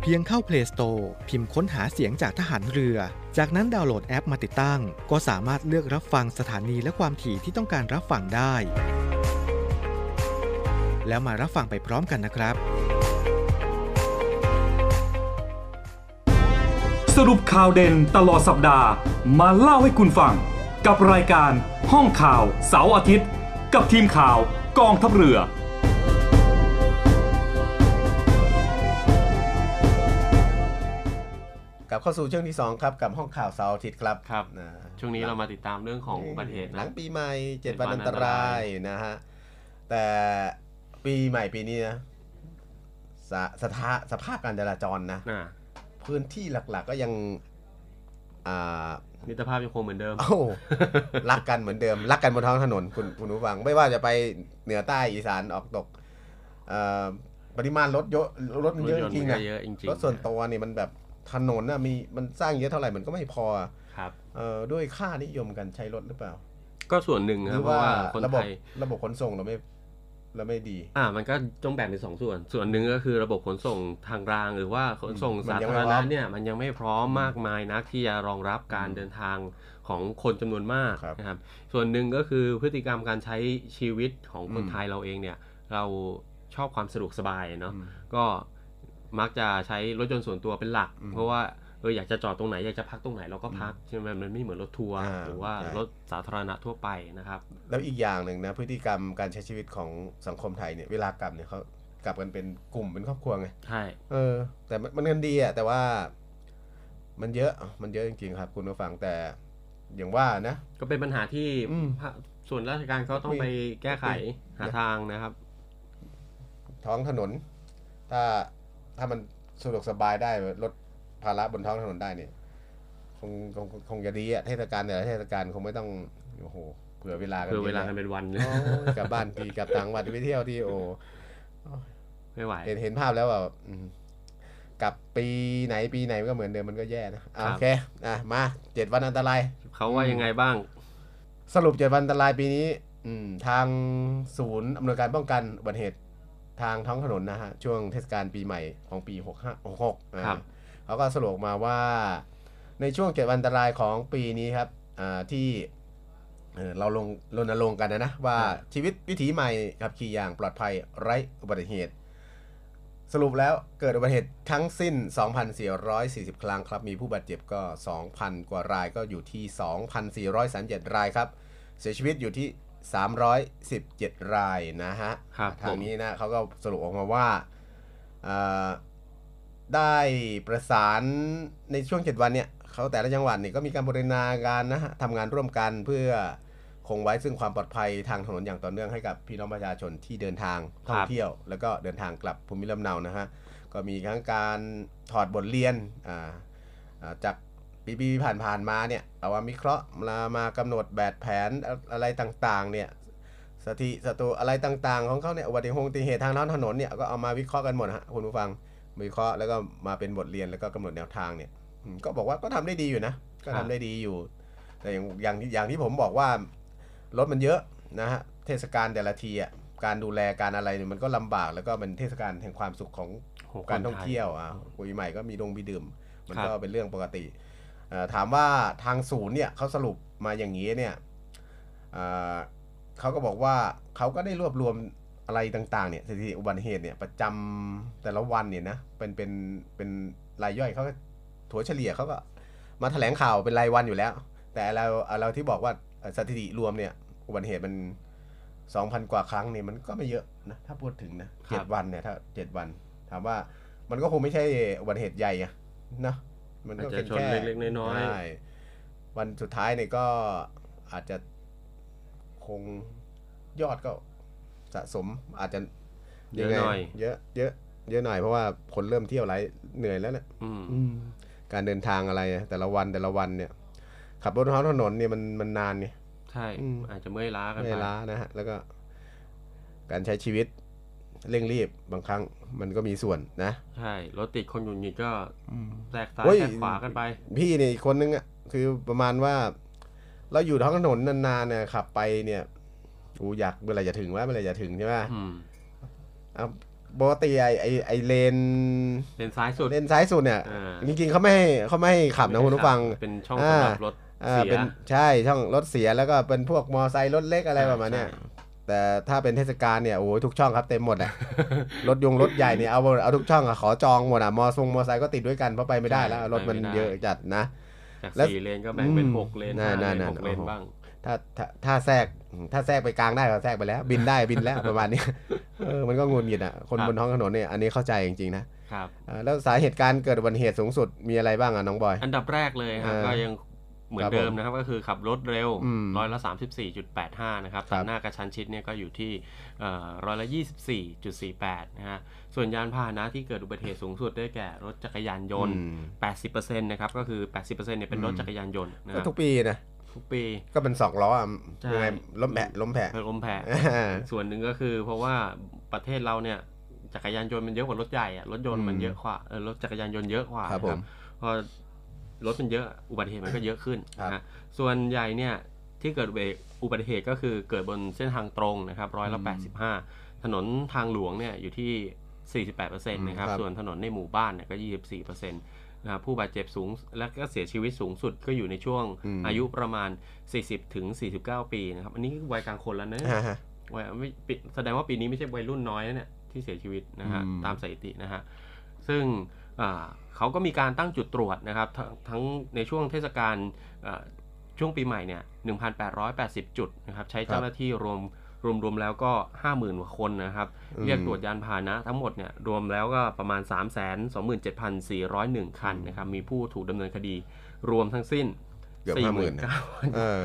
E: เพียงเข้า Play Store พิมพ์ค้นหาเสียงจากทหารเรือ จากนั้นดาวน์โหลดแอปมาติดตั้ง ก็สามารถเลือกรับฟังสถานีและความถี่ที่ต้องการรับฟังได้ แล้วมารับฟังไปพร้อมกันนะครับ
B: สรุปข่าวเด่นตลอดสัปดาห์มาเล่าให้คุณฟัง กับรายการห้องข่าวเสาร์อาทิตย์ กับทีมข่าวกองทัพเรือ
C: กลับเข้าสู่ช่วงที่ 2 ครับกับห้องข่าวเสาร์อาทิตย์ครับ
D: ครับ
C: นะ
D: ช่วงนี้เรามาติดตามเรื่องของอุบัติเหตุ
C: หลั
D: นะ
C: งปีใหม่เจ็ด
D: เจ็ดวั
C: วัน
D: น
C: อันต
D: อันตราร
C: าย ยนะฮะแต่ปีใหม่ปีนี้นะสะสถาสภาพการจราจรนะ
D: อ่ะ
C: พื้นที่หลักๆก็ยังอ่า
D: มิตรภาพยังคงเหมือนเดิม
C: เอ้า รักกันเหมือนเดิม รักกันบนท้องถนนคุณคุณผู้ฟัง ไม่ว่าจะไปเหนือใต้อีสานออกตกเอ่อปริมาณรถเยอะรถมันเยอะ
D: รถยนต์
C: จริงๆ
D: มั
C: นะ
D: นก็เยอะจริงๆ
C: รถส่วนตัวนี่มันแบบถนนน่ะมีมันสร้างเยอะเท่าไหร่มันก็ไม่พอ
D: ครับ
C: เอ่อด้วยค่านิยมการใช้รถหรือเปล่า
D: ก็ส่วนหนึ่ง
C: ห
D: ค
C: รื
D: รับเพราะว่าคน
C: ระบ
D: ไท
C: บ
D: ย
C: ระบบขนส่งเราไม่เราไม่ดี
D: อ่ามันก็ต้องแบ่งเป็นสองส่วน ส่วนหนึ่งก็คือระบบขนส่งทางราง หรือว่าขนส่ง
C: อืม
D: สาธาร
C: มันยังไม่พร้
D: ณะ
C: อม
D: เนี่ยมันยังไม่พร้อมมากมายนักที่จะรองรับการเดินทางของคนจำนวนมาก
C: ครับ
D: นะครับ ส่วนหนึ่งก็คือพฤติกรรมการใช้ชีวิตของคน
C: อืม
D: ไทยเราเองเนี่ยเราชอบความสะดวกสบายเนาะ
C: อืม
D: ก็มักจะใช้รถยนต์ส่วนตัวเป็นหลัก
C: อืม
D: เพราะว่าเอออยากจะจอดตรงไหนอยากจะพักตรงไหนเราก็พักใช่ไหมมันไม่เหมือนรถทัวร์
C: อ่า
D: หรือว่า
C: ใช่
D: รถสาธารณะทั่วไปนะครับ
C: แล้วอีกอย่างหนึ่งนะพฤติกรรมการใช้ชีวิตของสังคมไทยเนี่ยเวลากลับเนี่ยเขากลับกันเป็นกลุ่มเป็นครอบครัวไง
D: ใช่
C: เออแต่มันมันกันดีอะแต่ว่ามันเยอะมันเยอะจริงๆครับ คุณผู้ฟังแต่อย่างว่านะ
D: ก็เป็นปัญหาที่
C: อืม
D: ภาคส่วนราชการเขาต้องไปแก้ไขหาทางนะครับ
C: ท้องถนน ถ้าถ้ามันสะดวกสบายได้ลดภาระบนท้องถนนได้เนี่ยคงคงคงจะดีอะเทศกาลแต่ละเทศกาลคงไม่ต้องโอ้โหเผื่อเวลากัน
D: คือเวลากัน
C: ยะ
D: เป็นวัน
C: โอ้ยกลับบ้านทีกลับต่างจังหวัดไปเที่ยวที่โอ้
D: ไม่ไหว
C: เห็นเห็นภาพแล้วว่าอืมกลับปีไหนปีไหนมันก็เหมือนเดิมมันก็แย่นะอ่ะ
D: ครับ
C: โอเคอ่ะมาเจ็ดวันอันตราย
D: เขาว่ายังไงบ้าง
C: สรุปเจ็ดวันอันตรายปีนี้ อืม ทางศูนย์อำนวยการป้องกันอุบัติเหตุทางท้องถนนนะฮะ ช่วงเทศกาลปีใหม่ของปี 65 66อ่า
D: ครับ
C: เขาก็สรุปมาว่า ในช่วงเจ็ดวันอันตรายของปีนี้ครับ อ่าที่เอ่อเราลงรณรงค์กันนะนะ ว่าชีวิตวิถีใหม่ขับขี่อย่างปลอดภัยไร้อุบัติเหตุ สรุปแล้วเกิดอุบัติเหตุทั้งสิ้น 2,440 ครั้งครับ มีผู้บาดเจ็บก็ 2,000 กว่ารายก็อยู่ที่ 2,437 รายครับ เสียชีวิตอยู่ที่ 317 รายนะฮะ
D: ครับ
C: ทา
D: ผ
C: ง
D: ม
C: นี้นะเขาก็สรุปออกมาว่าเอ่อได้ประสานในช่วง 7 วันเนี่ยเขาแต่ละจังหวัดเนี่ยก็มีการบูรณาการนะฮะทำงานร่วมกันเพื่อคงไว้ซึ่งความปลอดภัยทางถนนอย่างต่อเนื่องให้กับพี่น้องประชาชนที่เดินทางท่อง
D: ครับ
C: เที่ยว แล้วก็เดินทางกลับภูมิลำเนานะฮะ ก็มีทั้งการถอดบทเรียนอ่าอ่าจากปีปีผ่านผ่านๆมาเนี่ยเอาว่ามิเคราะห์มามากำหนดแบบแผนอะอะไรต่างๆเนี่ยสถิสตูอะไรต่างๆ ของเขาเนี่ยอุบัติเหตุอุบัติเหตุทางท้องถนนเนี่ยก็เอามาวิเคราะห์กันหมดฮะคุณผู้ฟังวิเคราะห์แล้วก็มาเป็นบทเรียนแล้วก็กำหนดแนวทางเนี่ย อืมก็บอกว่าก็ทำได้ดีอยู่นะ ก็
D: ครั
C: ทำ
D: บ
C: ได้ดีอยู่ แต่อย่างอย่างที่อย่างที่ผมบอกว่ารถมันเยอะนะฮะเทศกาลแต่ละทีอ่ะการดูแลการอะไรเนี่ยมันก็ลำบากแล้วก็มันเทศกาลแห่งความสุขของ
D: โหคนไ
C: การท่องเที่ยวอ่ะปีใหม่ก็มีดงมีดื่ม มันก็
D: ครับ
C: เป็นเรื่องปกติเอ่อถามว่าทางศูนย์เนี่ยเขาสรุปมาอย่างนี้เนี่ยเอ่อเขาก็บอกว่าเขาก็ได้รวบรวมอะไรต่างๆเนี่ยสถิติอุบัติเหตุเนี่ยประจำแต่ละวันเนี่ยนะเป็นเป็นเป็นรายย่อยเขาก็ถัวเฉลี่ยเขาก็มาแถลงข่าวเป็นรายวันอยู่แล้ว แต่เราเราที่บอกว่าเอ่อสถิติรวมเนี่ยอุบัติเหตุมัน 2,000 กว่าครั้งเนี่ยมันก็ไม่เยอะนะถ้าพูดถึงนะ
D: ครั
C: เจ็ด
D: บ
C: วันเนี่ยถ้าเจ็ดวัน ถามว่ามันก็คงไม่ใช่อุบัติเหตุใหญ่อะนะมันก็เป็น
D: อาจจะชน
C: แค่
D: เล็กๆน้อยๆ
C: ใช่วันสุดท้ายเนี่ยก็อาจจะคงยอดก็สะสมอาจจะ
D: เยอะหน่อย
C: งไงเยอะเยอะเยอะหน่อยเพราะว่าคนเริ่มเที่ยวไรเหนื่อยแล้วเนี่ย
D: อืม
C: การเดินทางอะไรอะแต่ละวันแต่ละวันเนี่ย ขับรถท้องถนนเนี่ยมันมันนานไง
D: ใช่
C: อืม
D: อาจจะเมื่อยล้ากัน
C: ไม่
D: ไป
C: ล้านะฮะ แล้วก็ การใช้ชีวิตเร่งรีบบางครั้งมันก็มีส่วนนะ
D: ใช่รถติดคนหยุ่นหงิดก็แตกซ้าย
C: เฮ้ย
D: แตกขวากันไป
C: พี่เนี่ยอีกคนนึงอ่ะคือประมาณว่า เราอยู่ท้องถนนนานๆเนี่ยขับไปเนี่ยอูอยากเมื่อไหรจะถึงว่าเมื่อไหรจะถึงใช่ไหม
D: อืม
C: เอาปกติไอไอไอเลน
D: เลนซ้ายสุด
C: เลนซ้ายสุดเนี่ย
D: อ่า
C: จริงๆเขาไม่ให้เขาไม่ให้ขับนะ
D: ไม่
C: คุณ
D: ได้
C: ผู้ฟัง
D: เป็นช่องสำหรับ
C: อ่าร ร
D: ถ
C: อ่า
D: เสีย
C: เป็นใช่ช่องรถเสียแล้วก็เป็นพวกมอไซค์รถเล็กอะไร
D: ใช่
C: ประมาณเนี้ย
D: ใช่
C: แต่ถ้าเป็นเทศกาลเนี่ยโอ้โหทุกช่องครับเต็มหมด อ่ะ รถยงรถใหญ่เนี่ยเอาเอาทุกช่องอะขอจองหมดอ่ะมอทรงมอไซค์ก็ติดด้วยกันเพราะไปไม่ได้แล้ว รถมันเยอะจัดนะ
D: จาก
C: แล้ว
D: สี่เลนก็แบ่งเป็น
C: อืม
D: หกเลน
C: นั่
D: ห้านเลน
C: นั่น
D: หกเลน
C: โอ้โห
D: บ้าง
C: ถ้าถ้าถ้าแทรกถ้าแทรกไปกลางได้ก็แทรกไปแล้ว บินได้บินแล้ว ประมาณเนี้ ยเออมันก็งุนงิดอ่ะคน
D: ครับ
C: บนท้องถนนเนี่ยอันนี้เข้าใจจริงๆนะครับ อ่าแล้วสาเหตุการเกิดอุบัติเหตุสูงสุดมีอะไรบ้างอ่ะน้องบอย
D: อันดับแรกเลยครับ
C: เออ
D: ก็ยังเหมือ
C: ครับ
D: นเดิมนะครับก็คือขับรถเร็ว
C: อืม
D: ร้อยละ 34.85 นะครับ
C: ครับ
D: ตัดหน้ากระชั้นชิดเนี่ยก็อยู่ที่เอ่อร้อยละ 24.48 นะฮะส่วนยานพาหนะที่เกิดอุบัติเหตุสูงสุดได้แก่รถจักรยานยนต์
C: อืม
D: 80%นะครับก็คือ 80%เนี่ยเป็นรถจักรยานยนต์นะค
C: ก็
D: รับ
C: ทุกปีนะ
D: ทุกปี
C: ก็เป็นสองล้ออ่ะ
D: ใช่
C: ยังไงล้มแผลล้มแผล
D: เป็นลมแผ่
C: อ่า
D: ส่วนหนึ่งก็คือเพราะว่าประเทศเราเนี่ยจักรยานยนต์มันเยอะกว่ารถใหญ่อะรถยนต์มันเยอะกว่าเออรถจักรยานยนต์เยอะกว่า
C: ครับผม
D: พอรถมันเยอะอุบัติเหตุมันก็เยอะขึ้น
C: ครับ
D: นะฮะส่วนใหญ่เนี่ยที่เกิดอุบัติอุบัติเหตุก็คือเกิดบนเส้นทางตรงนะครับร้อยละ
C: อืม
D: แปดสิบห้าถนนทางหลวงเนี่ยอยู่ที่ 48%นะครับ
C: ครับ
D: ส่วนถนนในหมู่บ้านเนี่ยก็ 24%นะครับผู้บาดเจ็บสูงและก็เสียชีวิตสูงสุดก็อยู่ในช่วง
C: อืม
D: อายุประมาณ 40ถึง49 ปีนะครับอันนี้วัยกลางคนแล้วนะ
C: อ่าฮะ
D: วัยไม่ปีแสดงว่าปีนี้ไม่ใช่วัยรุ่นน้อยนะเนี่ยที่เสียชีวิตนะฮะ
C: อืม
D: ตามสถิตินะฮะซึ่งอ่าเขาก็มีการตั้งจุดตรวจนะครับทัทั้งในช่วงเทศกาลอ่าช่วงปีใหม่เนี่ย 1,880 จุดนะครับใช้
C: ครั
D: เจ้า
C: บ
D: หน้าที่รวมรวมรวมแล้วก็ 50,000กว่าคนนะครับ
C: อืม
D: เรียกตรวจยานพาหนะทั้งหมดเนี่ยรวมแล้วก็ประมาณ 327,401 คันนะครับมีผู้ถูกดำเนินคดีรวมทั้งสิ้น
C: เกือบห้าหมื่น เออ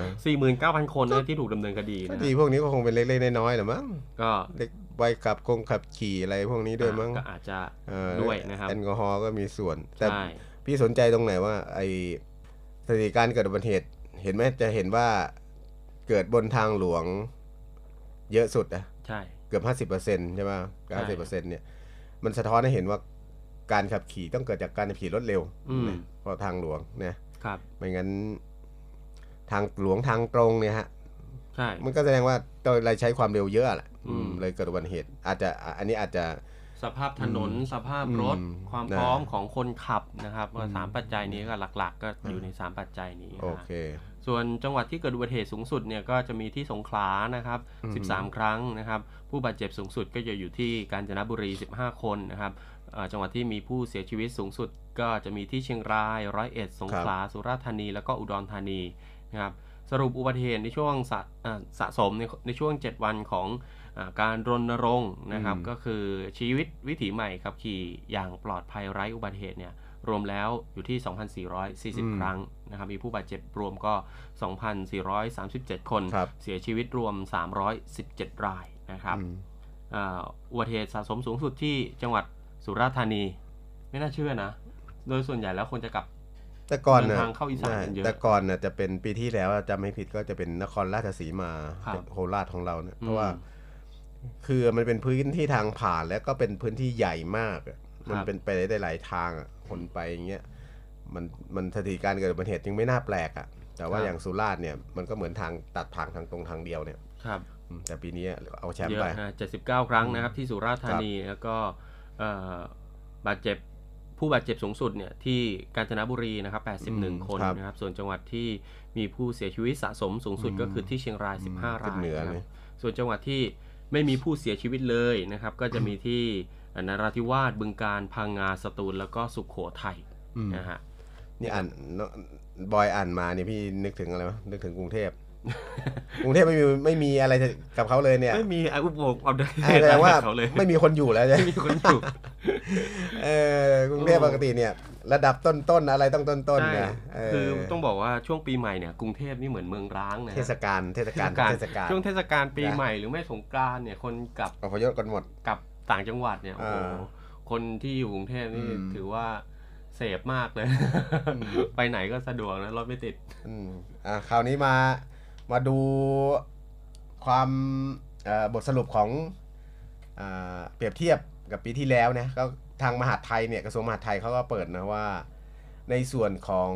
D: 49,000 คน นะที่ถูกดำเนินคดี
C: ก็
D: นะ
C: ดี
D: ฮะ
C: พวกนี้ก็คงเป็นเล็กๆน้อยๆแหละมั้ง
D: ก็
C: เด็กใบขับคงขับขี่อะไรพวกนี้ด้วยมั้ง
D: ก็อาจจะ
C: เออ
D: ด้วยนะครับ
C: แอลกอฮอล์ก็มีส่วน แต่
D: ใช่
C: พี่สนใจตรงไหนว่า ไอสถิติการเกิดอุบัติเหตุ เห็นไหมจะเห็นว่าเกิดบนทางหลวง เยอะสุดอะ
D: ใช่
C: เกือบห้าสิบเปอร์เซ็นใช่ไหม
D: ใช่
C: ห้าสิบเปอร์เซ็นเนี่ย มันสะท้อนให้เห็นว่าการขับขี่ต้องเกิดจากการขับขี่รถเร็ว
D: อืม
C: นะเพราะทางหลวงนะครับ ไม่งั้น ทางหลวงทางตรงเนี่ยฮะ
D: ใช่
C: มันก็แสดงว่าตอนเราใช้ความเร็วเยอะแหละ
D: อืม
C: เลยเกิดอุบัติเหตุ อาจจะอ่ะอันนี้อาจจะ
D: สภาพถนนสภาพรถ
C: อืม
D: ความ
C: นะ
D: พร้อมของคนขับนะครับก็สามปัจจัยนี้ก็หลัก ๆ ก็อยู่ในสามปัจจัยนี้นะ
C: โอเค
D: ส่วนจังหวัดที่เกิดอุบัติเหตุสูงสุดเนี่ยก็จะมีที่สงขลานะครับ
C: อืม
D: 13 ครั้งนะครับ ผู้บาดเจ็บสูงสุดก็จะอยู่ที่กาญจนบุรี 15 คนนะครับอ่าจังหวัดที่มีผู้เสียชีวิตสูงสุด ก็จะมีที่เชียงรายร้อยเอ็ดสงขลาสุราษฎร์ธานี แล้วก็อุดรธานีนะครับ สรุปอุบัติเหตุในช่วงสะอ่าสะสมในในช่วง 7 วันของอาการรณรงค์นะครับ
C: อืม
D: ก็คือชีวิตวิถีใหม่ขับขี่อย่างปลอดภัยไร้อุบัติเหตุเนี่ยรวมแล้วอยู่ที่ 2,440 ครั้งนะครับมีผู้บาดเจ็บรวมก็ 2,437 คน
C: ครับ
D: เสียชีวิตรวม 317 รายนะครับ
C: อืม
D: อ่าอุบัติเหตุสะสมสูงสุดที่จังหวัดสุราษฎร์ธานี ไม่น่าเชื่อนะ โดยส่วนใหญ่แล้วคนจะกลับ
C: แต่ก่อนนะ
D: เดินทางเข้าอีสานกันเยอะ
C: แต่ก่อนนะจะเป็นปีที่แล้วอะจำไม่ผิดก็จะเป็นนครราชสีมา
D: ครับ
C: โคราชของเราเนะี่ยเพ
D: อื
C: ราะว่า
D: ม
C: คือมันเป็นพื้นที่ทางผ่านแล้วก็เป็นพื้นที่ใหญ่มากอะ
D: ครับ
C: มันเป็นไปได้หลายทางอะคนไปอย่างเงี้ย มันมันสถิติการเกิดอุบัติเหตุยังไม่น่าแปลกอะ่ะแต่ว่า
D: ครับ
C: อย่างสุราษฎร์เนี่ยมันก็เหมือนทางตัดทางทางตรงทางเดียวเนี่ย
D: ครับ
C: อืมแต่ปีนี้เอาแชม
D: เย
C: ป์
D: อะ
C: ไป
D: นะ79 ครั้งนะครับที่สุราษฎร์ธานีแล้วก็เอ่อบาดเจ็บผู้บาดเจ็บสูงสุดเนี่ยที่กาญจนบุรีนะครับ
C: อืม
D: 81 คน
C: ครับ
D: นะครับ ส่วนจังหวัดที่มีผู้เสียชีวิตสะสมสูงสุด
C: อืม
D: ก็คือที่เชียงราย
C: อืม
D: 15
C: ขึ้
D: ราน ย
C: เหนือ
D: นะครั
C: เล
D: บ
C: ย
D: ส่วนจังหวัดที่ไม่มีผู้เสียชีวิตเลยนะครับ ก็จะมีที่นราธิวาสบึงการพังงาสตูลแล้วก็สุขโขทัย
C: อืม
D: นะฮะ
C: นี่อ่านน้องบอยอ่านมาเนี่ยพี่นึกถึงอะไรวะนึกถึงกรุงเทพ กรุงเทพไม่มีไม่มีอะไรกับเขาเลยเนี่ย
D: ไม่มีไอ้อุปโภคอัปเดต
C: อ่าแสดงว่า
D: อะไรกับเขาเลย
C: ไม่มีคนอยู่แล้วใช่ไห
D: ไม่
C: ม
D: มีคนอยู่
C: เออกรุงเทพ
D: โอ้
C: ปกติเนี่ย ระดับต้นๆอะไรต้องต้นๆ
D: ใช่
C: เนี่ยเ
D: คือต้องบอกว่าช่วงปีใหม่เนี่ยกรุงเทพนี่เหมือนเมืองร้างนะฮะ
C: เทศกาลเทศกาลเทศกาล
D: ช่วงเทศกาลปี
C: นะ
D: ใหม่หรือไม่สงกรานต์เนี่ยคนกลับ
C: อพยพกันหมด
D: กลับต่างจังหวัดเนี่ยโอ้โห
C: อ่า
D: คนที่อยู่กรุงเทพนี่
C: อืม
D: ถือว่าเสพมากเลย
C: อืม
D: ไปไหนก็สะดวกนะรถไม่ติด
C: อืมอ่ะคราวนี้มามาดูความเอ่อบทสรุปของอ่าเปรียบเทียบกับปีที่แล้วนะก็ทางมหาดไทยเนี่ยกระทรวงมหาดไทยเขาก็เปิดนะว่า ในส่วนของ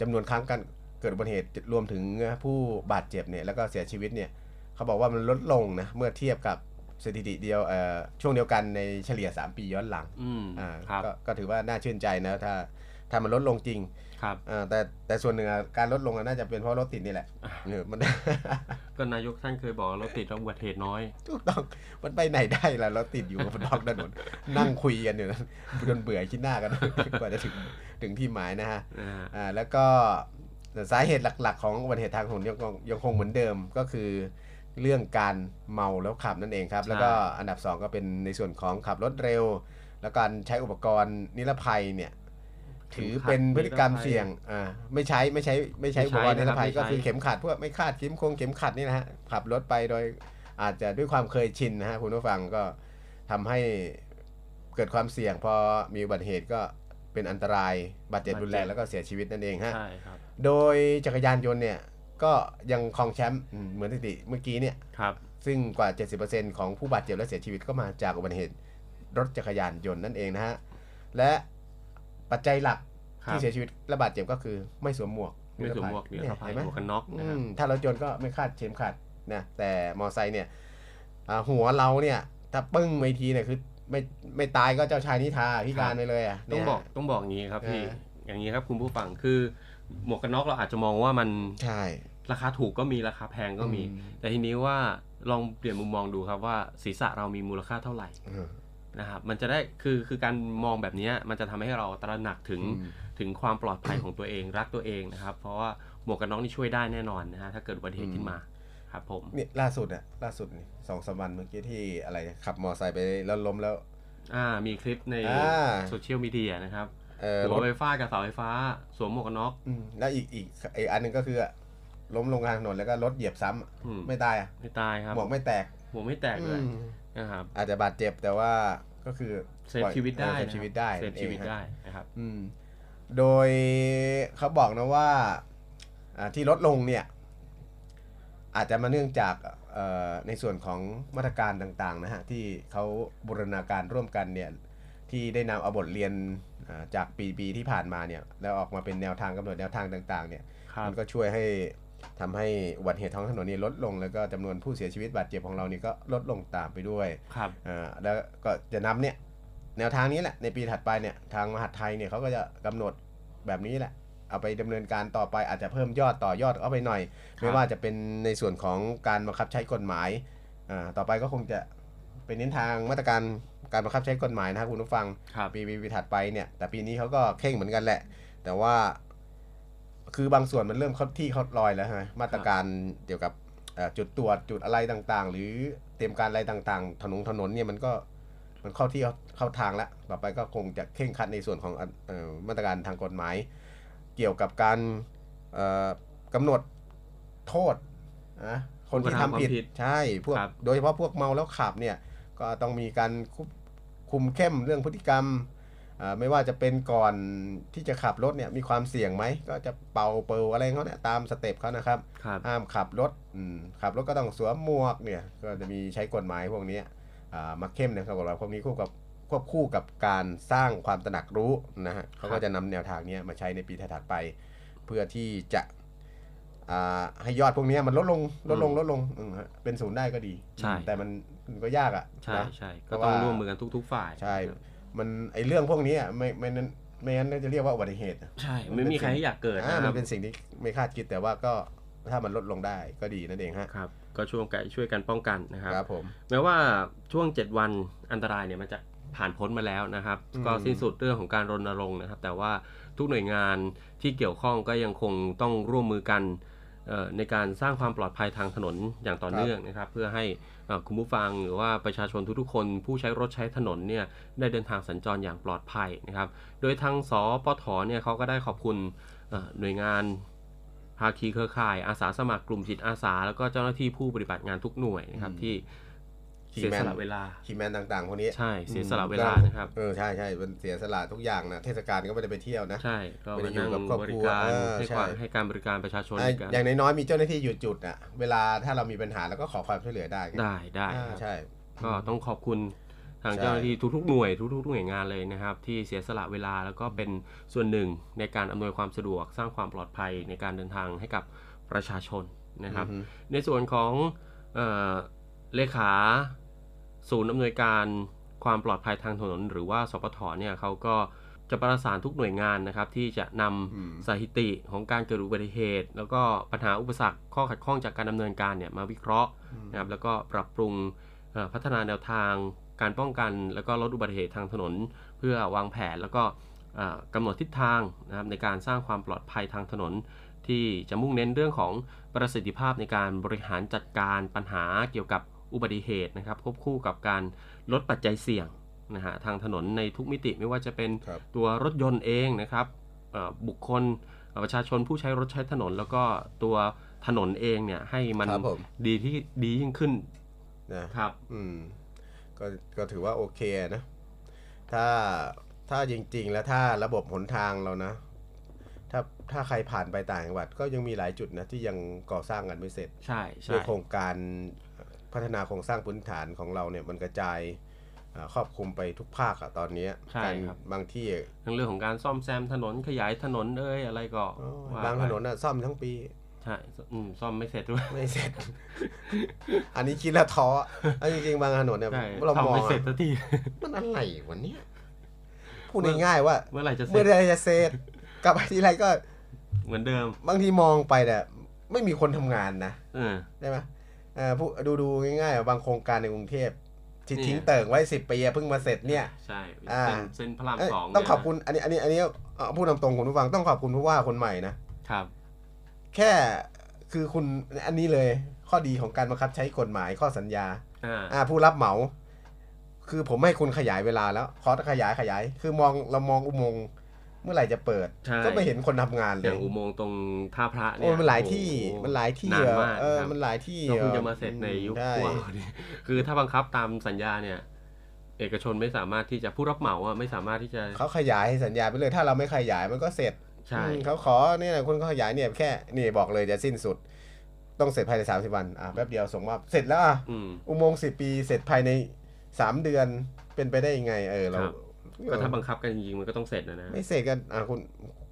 C: จำนวนครั้งการเกิดอุบัติเหตุรวมถึงผู้บาดเจ็บเนี่ยแล้วก็เสียชีวิตเนี่ยเขาบอกว่ามันลดลงนะเมื่อเทียบกับสถิติเดียวเอ่อช่วงเดียวกันในเฉลี่ย 3 ปีย้อนหลัง
D: อืม
C: อ่า
D: ครับ
C: ก็ก็ถือว่าน่าชื่นใจนะถ้าถ้ามันลดลงจริง
D: ครับ
C: เออแต่แต่ส่วนหนึ่งอะการลดลงอะน่าจะเป็นเพราะรถติดนี่แหละเออมัน
D: ก็นายกท่านเคยบอกว่ารถติดแล้วอุบัติเหตุน้อย
C: ถูกต้องมันไปไหนได้ล่ะรถติดอยู่บนท้องถนนนั่งคุยกันอยู่นั้น จนเบื่อคิดหน้ากัน กว่าจะถึงถึงที่หมายนะฮะ
D: นะฮะ
C: อ่าแล้วก็สาเหตุหลักๆ ของอุบัติเหตุทางถนนยังคงยังคงเหมือนเดิมก็คือเรื่องการเมาแล้วขับนั่นเองครับ แล้วก็อันดับสองก็เป็นในส่วนของขับรถเร็ว และการใช้อุปกรณ์นิรภัยเนี่ยถือเป็นพฤติกรรมเสี่ยงอ่าไม่ใช้ไม่ใช้ไม่ใช้อุปกรณ์นิรภัยก็คือเข็มขัดพวกไม่คาดเข็มคงเข็มขัดนี่นะฮะขับรถไปโดย อาจจะด้วยความเคยชินนะฮะคุณผู้ฟังก็ทำให้เกิดความเสี่ยงพอมีอุบัติเหตุก็เป็นอันตรายบาดเจ็บรุนแรงแล้วก็เสียชีวิตนั่นเองฮะ
D: ใช่ครับ
C: โดยจักรยานยนต์เนี่ยก็ยังครองแชมป์อืมเหมือนสถิติเมื่อกี้เนี่ย
D: ครับ
C: ซึ่งกว่า 70%ของผู้บาดเจ็บและเสียชีวิตก็มาจากอุบัติเหตุรถจักรยานยนต์นั่นเองนะฮะ และปัจจัยหลัก
D: ครับ
C: ที่เสียชีวิตและบาดเจ็บก็คือไม่สวมหมวก
D: ไม่สวมหมวกเดี๋ยว
C: นี่
D: เข้าไป
C: ห็นไหม
D: หมวกกันน็อกนะ
C: อื
D: ฮะ
C: มถ้ารถยนต์ก็ไม่คาดเข็มขัดนะแต่มอไซค์เนี่ยอ่าหัวเราเนี่ยถ้าปึ้งไปทีเนี่ยคือไม่ไม่ตายก็เจ้าชายนิทราพิการไปเลยอ่ะ
D: ต้
C: เนี่
D: อง
C: ย
D: บอกต้องบอกอย่างนี้ครับพี่
C: เออ
D: อย่างนี้ครับคุณผู้ฟังคือหมวกกันน็อกเราอาจจะมองว่ามัน
C: ใช่
D: ราคาถูกก็มีราคาแพงก็มี
C: อืม
D: แต่ทีนี้ว่าลองเปลี่ยนมุมมองดูครับว่าศีรษะเรามีมูลค่าเท่าไหร่
C: อืม
D: นะครับมันจะได้คือคือการมองแบบเนี้ยมันจะทำให้เราตระหนักถึง
C: อืม
D: ถึงความปลอดภัย ของตัวเองรักตัวเองนะครับ เพราะว่าหมวกกันน็อกนี่ช่วยได้แน่นอนนะฮะถ้าเกิดอุบัติเหตุขึ้นมาครับผม
C: เนี่ยล่าสุดอ่ะล่าสุดนี่สองสามวันเมื่อกี้ที่อะไรขับมอไซค์ไปแล้วล้มแล้ว
D: อ่ามีคลิปใน
C: อ่า
D: โซเชียลมีเดียนะครับ
C: เออร
D: หั
C: ถ
D: วไฟฟ้าดกับเสาไฟฟ้า สวมหมวกกันน็อก
C: อืมแล้วอีกอีกอีกอันหนึงก็คืออะล้มลงกลางถนนแล้วก็รถเหยียบซ้ำอะ
D: อืม
C: ไม่ตายอ่ะ
D: ไม่ตายครับ
C: หมวกไม่แตก
D: หมวกไม่แตกด้วย
C: อืม
D: นะครับ
C: อาจจะบาดเจ็บแต่ว่าก็คือ
D: เซฟชีวิตได้
C: เออเซฟ
D: นะครับ
C: ชีวิตได้
D: เซฟชีวิต
C: นั่นองฮะ
D: ได้นะครับ
C: อืมโดยเขาบอกนะว่าอ่าที่ลดลงเนี่ย อาจจะมาเนื่องจากเอ่อในส่วนของมาตรการต่างๆนะฮะที่เขาบูรณาการร่วมกันเนี่ยที่ได้นำเอาบทเรียนอ่าจากปีปีที่ผ่านมาเนี่ยแล้วออกมาเป็นแนวทางกำหนดแนวทางต่างๆเนี่ย
D: ครับ
C: มัก็ช่วยให้ทำให้อุบัติเหตุท้องถนนเนี่ยลดลง แล้วก็จำนวนผู้เสียชีวิตบาดเจ็บของเราเนี่ยก็ลดลงตามไปด้วย
D: ครับ
C: อ่าแล้วก็จะนำเนี่ยแนวทางนี้แหละในปีถัดไปเนี่ยทางมหาดไทยเนี่ยเขาก็จะกำหนดแบบนี้แหละ เอาไปดำเนินการต่อไปอาจจะเพิ่มยอดต่อยอดเข้าไปหน่อย ไม่ว่าจะเป็นในส่วนของการบังคับใช้กฎหมายอ่าต่อไปก็คงจะเป็นเน้นทางมาตรการการบังคับใช้กฎหมายนะครับคุณผู้ฟัง
D: ครับ
C: ปีปีปีถัดไปเนี่ยแต่ปีนี้เขาก็เข่งเหมือนกันแหละ แต่ว่าคือบางส่วนมันเริ่มเข้าที่เข้าลอยแล้วใช่ไหมมาตรการเกี่ยวกับเอ่อจุดตรวจจุดอะไรต่างๆ หรือเตรียมการอะไรต่างๆ ถนนถนนเนี่ยมันก็มันเข้าที่เข้าเข้าทางแล้วต่อไปก็คงจะเข่งครัดในส่วนของเอ่อมาตรการทางกฎหมาย เกี่ยวกับการเอ่อกำหนดโทษนะคนที่ทำผิด ใช่พวก
D: ครับ
C: โดยเฉพาะพวกเมาแล้วขับเนี่ย ก็ต้องมีการคุบคุมเข้มเรื่องพฤติกรรมอ่าไม่ว่าจะเป็นก่อนที่จะขับรถเนี่ยมีความเสี่ยงไหม ก็จะเป่าเปิลอะไรของเขาเนี่ยตามสเต็ปเขานะครับ
D: ครับ
C: ห้ามขับรถอืมขับรถก็ต้องสวมหมวกเนี่ย ก็จะมีใช้กฎหมายพวกเนี้ยอ่ามาเข้มนะครับกฎหมายพวกนี้คู่กับ ควบคู่กับการสร้างความตระหนักรู้นะฮะเขาก็จะนำแนวทางเนี้ยมาใช้ในปีถัดๆไป เพื่อที่จะอ่าให้ยอดพวกเนี้ยมันลดลงลดลงลดลงอืมฮะเป็นศูนย์ได้ก็ดี
D: ใช่
C: แต่มันมันก็ยากอ่ะ
D: ใช่
C: นะ
D: ใช่
C: เพ
D: ก็
C: ราะ
D: ต้อง
C: ว่า
D: ร่วมมือกันทุก ๆ ฝ่าย
C: ใช่ มันไอเรื่องพวกนี้อะไม่ไม่นั้นไม่งั้นน่าจะเรียกว่าอุบัติเหตุ
D: ใช่ ไม่มีใครให้อยากเกิด
C: อ่า
D: นะค
C: มั
D: รับ
C: นเป็นสิ่งที่ไม่คาดคิดแต่ว่าก็ถ้ามันลดลงได้ก็ดีนั่นเองฮะ
D: ครับ ก็ช่วยกันช่วยกันป้องกันนะครับ
C: ครับผม
D: แม้ว่าช่วง 7 วันอันตรายเนี่ยมันจะผ่านพ้นมาแล้วนะครับ
C: อืม
D: ก็สิ้นสุดเรื่องของการรณรงค์นะครับ แต่ว่าทุกหน่วยงานที่เกี่ยวข้องก็ยังคงต้องร่วมมือกันเอ่อในการสร้างความปลอดภัยทางถนนอย่างต่อเนื่องนะครับ เพื่อให้เอ่อคุณผู้ฟังหรือว่าประชาชนทุกๆคนผู้ใช้รถใช้ถนนเนี่ยได้เดินทางสัญจรอย่างปลอดภัยนะครับ โดยทางสปทเนี่ยเขาก็ได้ขอบคุณเอ่อหน่วยงาน ภาคีเครือข่ายอาสาสมัครกลุ่มจิตอาสา แล้วก็เจ้าหน้าที่ผู้ปฏิบัติงานทุกหน่วยนะครับที่
C: ขี่
D: เสีย
C: แม่
D: ส
C: น
D: ละเวลา
C: คีย์แมนต่างๆพวกนี้
D: ใช่เสียสละเวลานะครับ
C: เออใช่ใช่มันเสียสละทุกอย่างนะเทศกาลก็ไม่ได้ไปเที่ยวนะ
D: ใช่ก็
C: ไม่ได้อยู่
D: มานั่ง
C: กับบครอบครัว
D: ริการ
C: เออ
D: ให้
C: ใช่
D: ความให้การบริการประชาชน
C: อ่ะ
D: ในการ
C: อย่างน้อยๆมีเจ้าหน้าที่อยู่จุดอ่ะเวลาถ้าเรามีปัญหาเราก็ขอความช่วยเหลือได้ไง
D: ได้ได้
C: อ่า
D: ครับ
C: ใช่
D: ก็ต้องขอบคุณทาง
C: ใช่
D: เจ้าหน้าที่ทุกๆหน่วยทุกๆหน่วยงานเลยนะครับ ที่เสียสละเวลาแล้วก็เป็นส่วนหนึ่งในการอำนวยความสะดวกสร้างความปลอดภัยในการเดินทางให้กับประชาชนนะครับ
C: อือฮึ
D: ในส่วนของเอ่อเลขาศูนย์อำนวยการความปลอดภัยทางถนน หรือว่าสปทเนี่ยเขาก็จะประสานทุกหน่วยงานนะครับ ที่จะนำ
C: อืม
D: สถิติของการเกิดอุบัติเหตุ แล้วก็ปัญหาอุปสรรคข้อขัดข้องจากการดำเนินการเนี่ยมาวิเคราะห์นะครับแล้วก็ปรับปรุงเอ่อพัฒนาแนวทาง การป้องกัน แล้วก็ลดอุบัติเหตุทางถนน เพื่อวางแผนแล้วก็เอ่อกำหนดทิศทางนะครับในการสร้างความปลอดภัยทางถนน ที่จะมุ่งเน้นเรื่องของประสิทธิภาพในการบริหารจัดการปัญหาเกี่ยวกับอุบัติเหตุนะครับควบคู่กับการลดปัจจัยเสี่ยงนะฮะทางถนนในทุกมิติไม่ว่าจะเป็น
C: ครับ
D: ตัวรถยนต์เองนะครับเอ่อบุคคลเอ่อประชาชนผู้ใช้รถใช้ถนน แล้วก็ตัวถนนเองเนี่ยให้มัน
C: ครับผม
D: ดีที่ดียิ่งขึ้น
C: นะ
D: ครับ
C: อืมก็ก็ถือว่าโอเคนะ ถ้าถ้าจริง ๆ แล้วถ้าระบบหนทางเรานะ ถ้าถ้าใครผ่านไปต่างจังหวัด ก็ยังมีหลายจุดนะที่ยังก่อสร้างกันไม่เสร็จ
D: ใช่ใช่
C: ด้วยโครงการพัฒนาโครงสร้างพื้นฐานของเราเนี่ยมันกระจายเอ่อครอบคลุมไปทุกภาคอะตอนเนี้ย
D: ใช่
C: การ
D: ครับ
C: บางที่
D: ทั้งเรื่องของการซ่อมแซมถนนขยายถนนเอ้ยอะไรก็
C: โอ้ย
D: ว่
C: บาง
D: ไป
C: ถนนน่ะซ่อมทั้งปี
D: ใช่อืมซ่อมไม่เสร็จด้วย
C: ไม่เสร็จ อันนี้คิดแล้วท้อเอาจริงๆบางถนนเนี่ย
D: ใช่
C: เรา
D: ซ่อม
C: มอง
D: ไม่
C: อะ
D: เสร็จสักที
C: มันอะไรวะเนี่ยพูดง่ายๆว่า
D: เมื่อไหร่จะเสร็
C: เมื่
D: จ
C: อไรจะเสร็จกลับไปทีไรก็
D: เหมือนเดิม
C: บางทีมองไปเนี่ยไม่มีคนทำงานนะ
D: เออ
C: ได้ไหมเอ่อผู้ดูดูง่ายๆอ่ะบางโครงการในกรุงเทพที่
D: นี่
C: ทิ้งเติ่งไว้สิบปีอ่ะเพิ่งมาเสร็จเนี่ย
D: ใช่
C: อ่า
D: เส้นเส้นพระราม
C: เอ้ย
D: สอง
C: ต้อง
D: เนี่ย
C: ขอบคุณอันนี้อันนี้อันนี้เอาพูดตามตรงคุณผู้ฟังต้องขอบคุณผู้ว่าคนใหม่นะครับ แค่คือคุณอันนี้เลยข้อดีของการบังคับใช้กฎหมายข้อสัญญา
D: อ่า
C: อ่าผู้รับเหมา คือผมให้คุณขยายเวลาแล้วขอขยายขยาย คือมองเรามองอุโมงค์เมื่อไหร่จะเปิด
D: ใช่
C: ก็ไม่เห็นคนทำงานเล
D: อย่าง
C: ย
D: อุโมงค์ตรงท่าพระเนี่
C: โอ้
D: ย
C: ยมันหลายที่
D: โอ้โ
C: มันหลายที่
D: นานมาก
C: เออ
D: ครับ
C: มันหลายที่
D: เราเพิ่ง
C: อ่
D: จะมาเสร็จในยุค
C: ใช่
D: พวกเราเนี่ย คือถ้าบังคับตามสัญญาเนี่ย เอกชนไม่สามารถที่จะผู้รับเหมาอ่ะไม่สามารถที่จะ
C: เขาขยายให้สัญญาไปเลย ถ้าเราไม่ขยายมันก็เสร็จ
D: ใช่
C: อืมเขาขอเนี่ยคนเขาขยายเนี่ยแค่นี่บอกเลยจะสิ้นสุด ต้องเสร็จภายใน 30 วันอ่ะแป๊บเดียวส่งมอบเสร็จแล้วอ่ะ
D: อืม
C: อุโมงค์สิปีเสร็จภายใน 3 เดือนเป็นไปได้ยังไง เออเรา
D: ครับ ก็ถ้าบังคับกันจริงๆมันก็ต้องเสร็จนะนะ
C: ไม่เสร็จกันอ่ะคุณ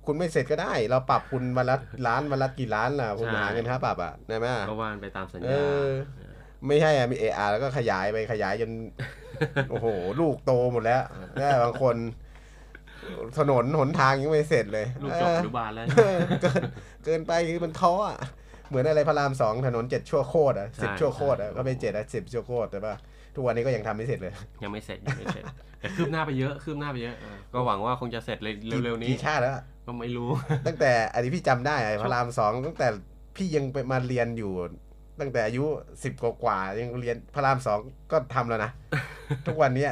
C: คุณไม่เสร็จก็ได้ เราปรับคุณวันละล้านวันละกี่ล้านล่ะ คุณ
D: ใช่
C: หาเงินค่าปรับอ่ะได้ไหมอ่ะ
D: ก็ว่านไปตามสัญ
C: เอ
D: ญา
C: อ ไม่ใช่อ่ะมีเออาแล้วก็ขยายไปขยายจ น โอ้โห ลูกโตหมดแล้วแน่บางคน ถนนหนทางยังไม่เสร็จเลย
D: ลูกจบ
C: เอ
D: อ
C: อ
D: นุบาลแล้ว
C: เออเกินเกินไปคือมันท้ออ่ะ เหมือนอะไรพระรามสองถนนเจ็ดชั่วโคตรอ่ะสิบ
D: ใช่
C: ชั่วโคตรอ่ะ
D: ใช่
C: ก็เป็นเจ็ดอ่ะสิบชั่วโคตรแต่ว่าทุกวันนี้ก็ยังทำไม่เสร็จเลย
D: ยังไม่เสร็จยังไม่เสร็จแต่คืบหน้าไปเยอะคืบหน้าไปเยอะเออก็หวังว่าคงจะเสร็จเลยเร็วๆนี้
C: กี่ชาติแล้วอ่ะ
D: ก็ไม่รู้
C: ตั้งแต่อันนี้พี่จำได้ไอ้พระรามสองตั้งแต่พี่ยังไปมาเรียนอยู่ ตั้งแต่อายุสิบกว่าๆยังเรียนพระรามสองก็ทำแล้ว นะ ทุกวันเนี้ย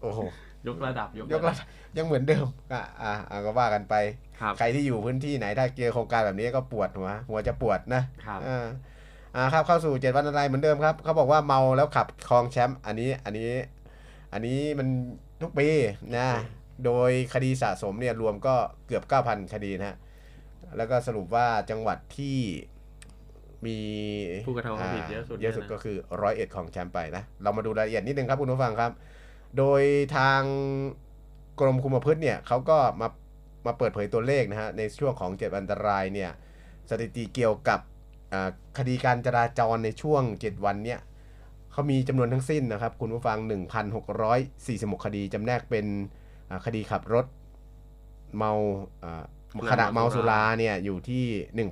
C: โอ้โห
D: ยกระดับยก
C: ยกระดับยังเหมือนเดิมอ่ะอ่ะอ่ะก็ว่ากันไป
D: ครับ
C: ใครที่อยู่พื้นที่ไหนถ้าเจอโครงการแบบนี้ก็ปวดหัวหัวจะปวดนะครับ อ่าอ่าครับเข้าสู่เจ็ดวันอะไรเหมือนเดิมครับเขาบอกว่าเมาแล้วขับครองแชมป์อันนี้อันนี้ อันนี้มันทุกปีนะ โดยคดีสะสมเนี่ยรวมก็เกือบ 9,000 คดีนะฮะ แล้วก็สรุปว่าจังหวัดที่มี
D: ผู้กระทำความผิดเยอะสุด
C: เยอะสุด
D: เนี่ยนะ
C: ก็คือร้อยเอ็ดของแชมป์ไปนะ เรามาดูรายละเอียดนิดนึงครับคุณผู้ฟังครับ โดยทางกรมคุมประพฤติเนี่ยเขาก็มามาเปิดเผยตัวเลขนะฮะในช่วงของเจ็ดอันตรายเนี่ยสถิติเกี่ยวกับอ่าคดีการจราจรในช่วง 7 วันเนี่ยเขามีจำนวนทั้งสิ้นนะครับ คุณผู้ฟัง 1,646 คดีจำแนกเป็นอ่าคดีขับรถเมาอ่าขณะเมาสุราเนี่ยอยู่ที่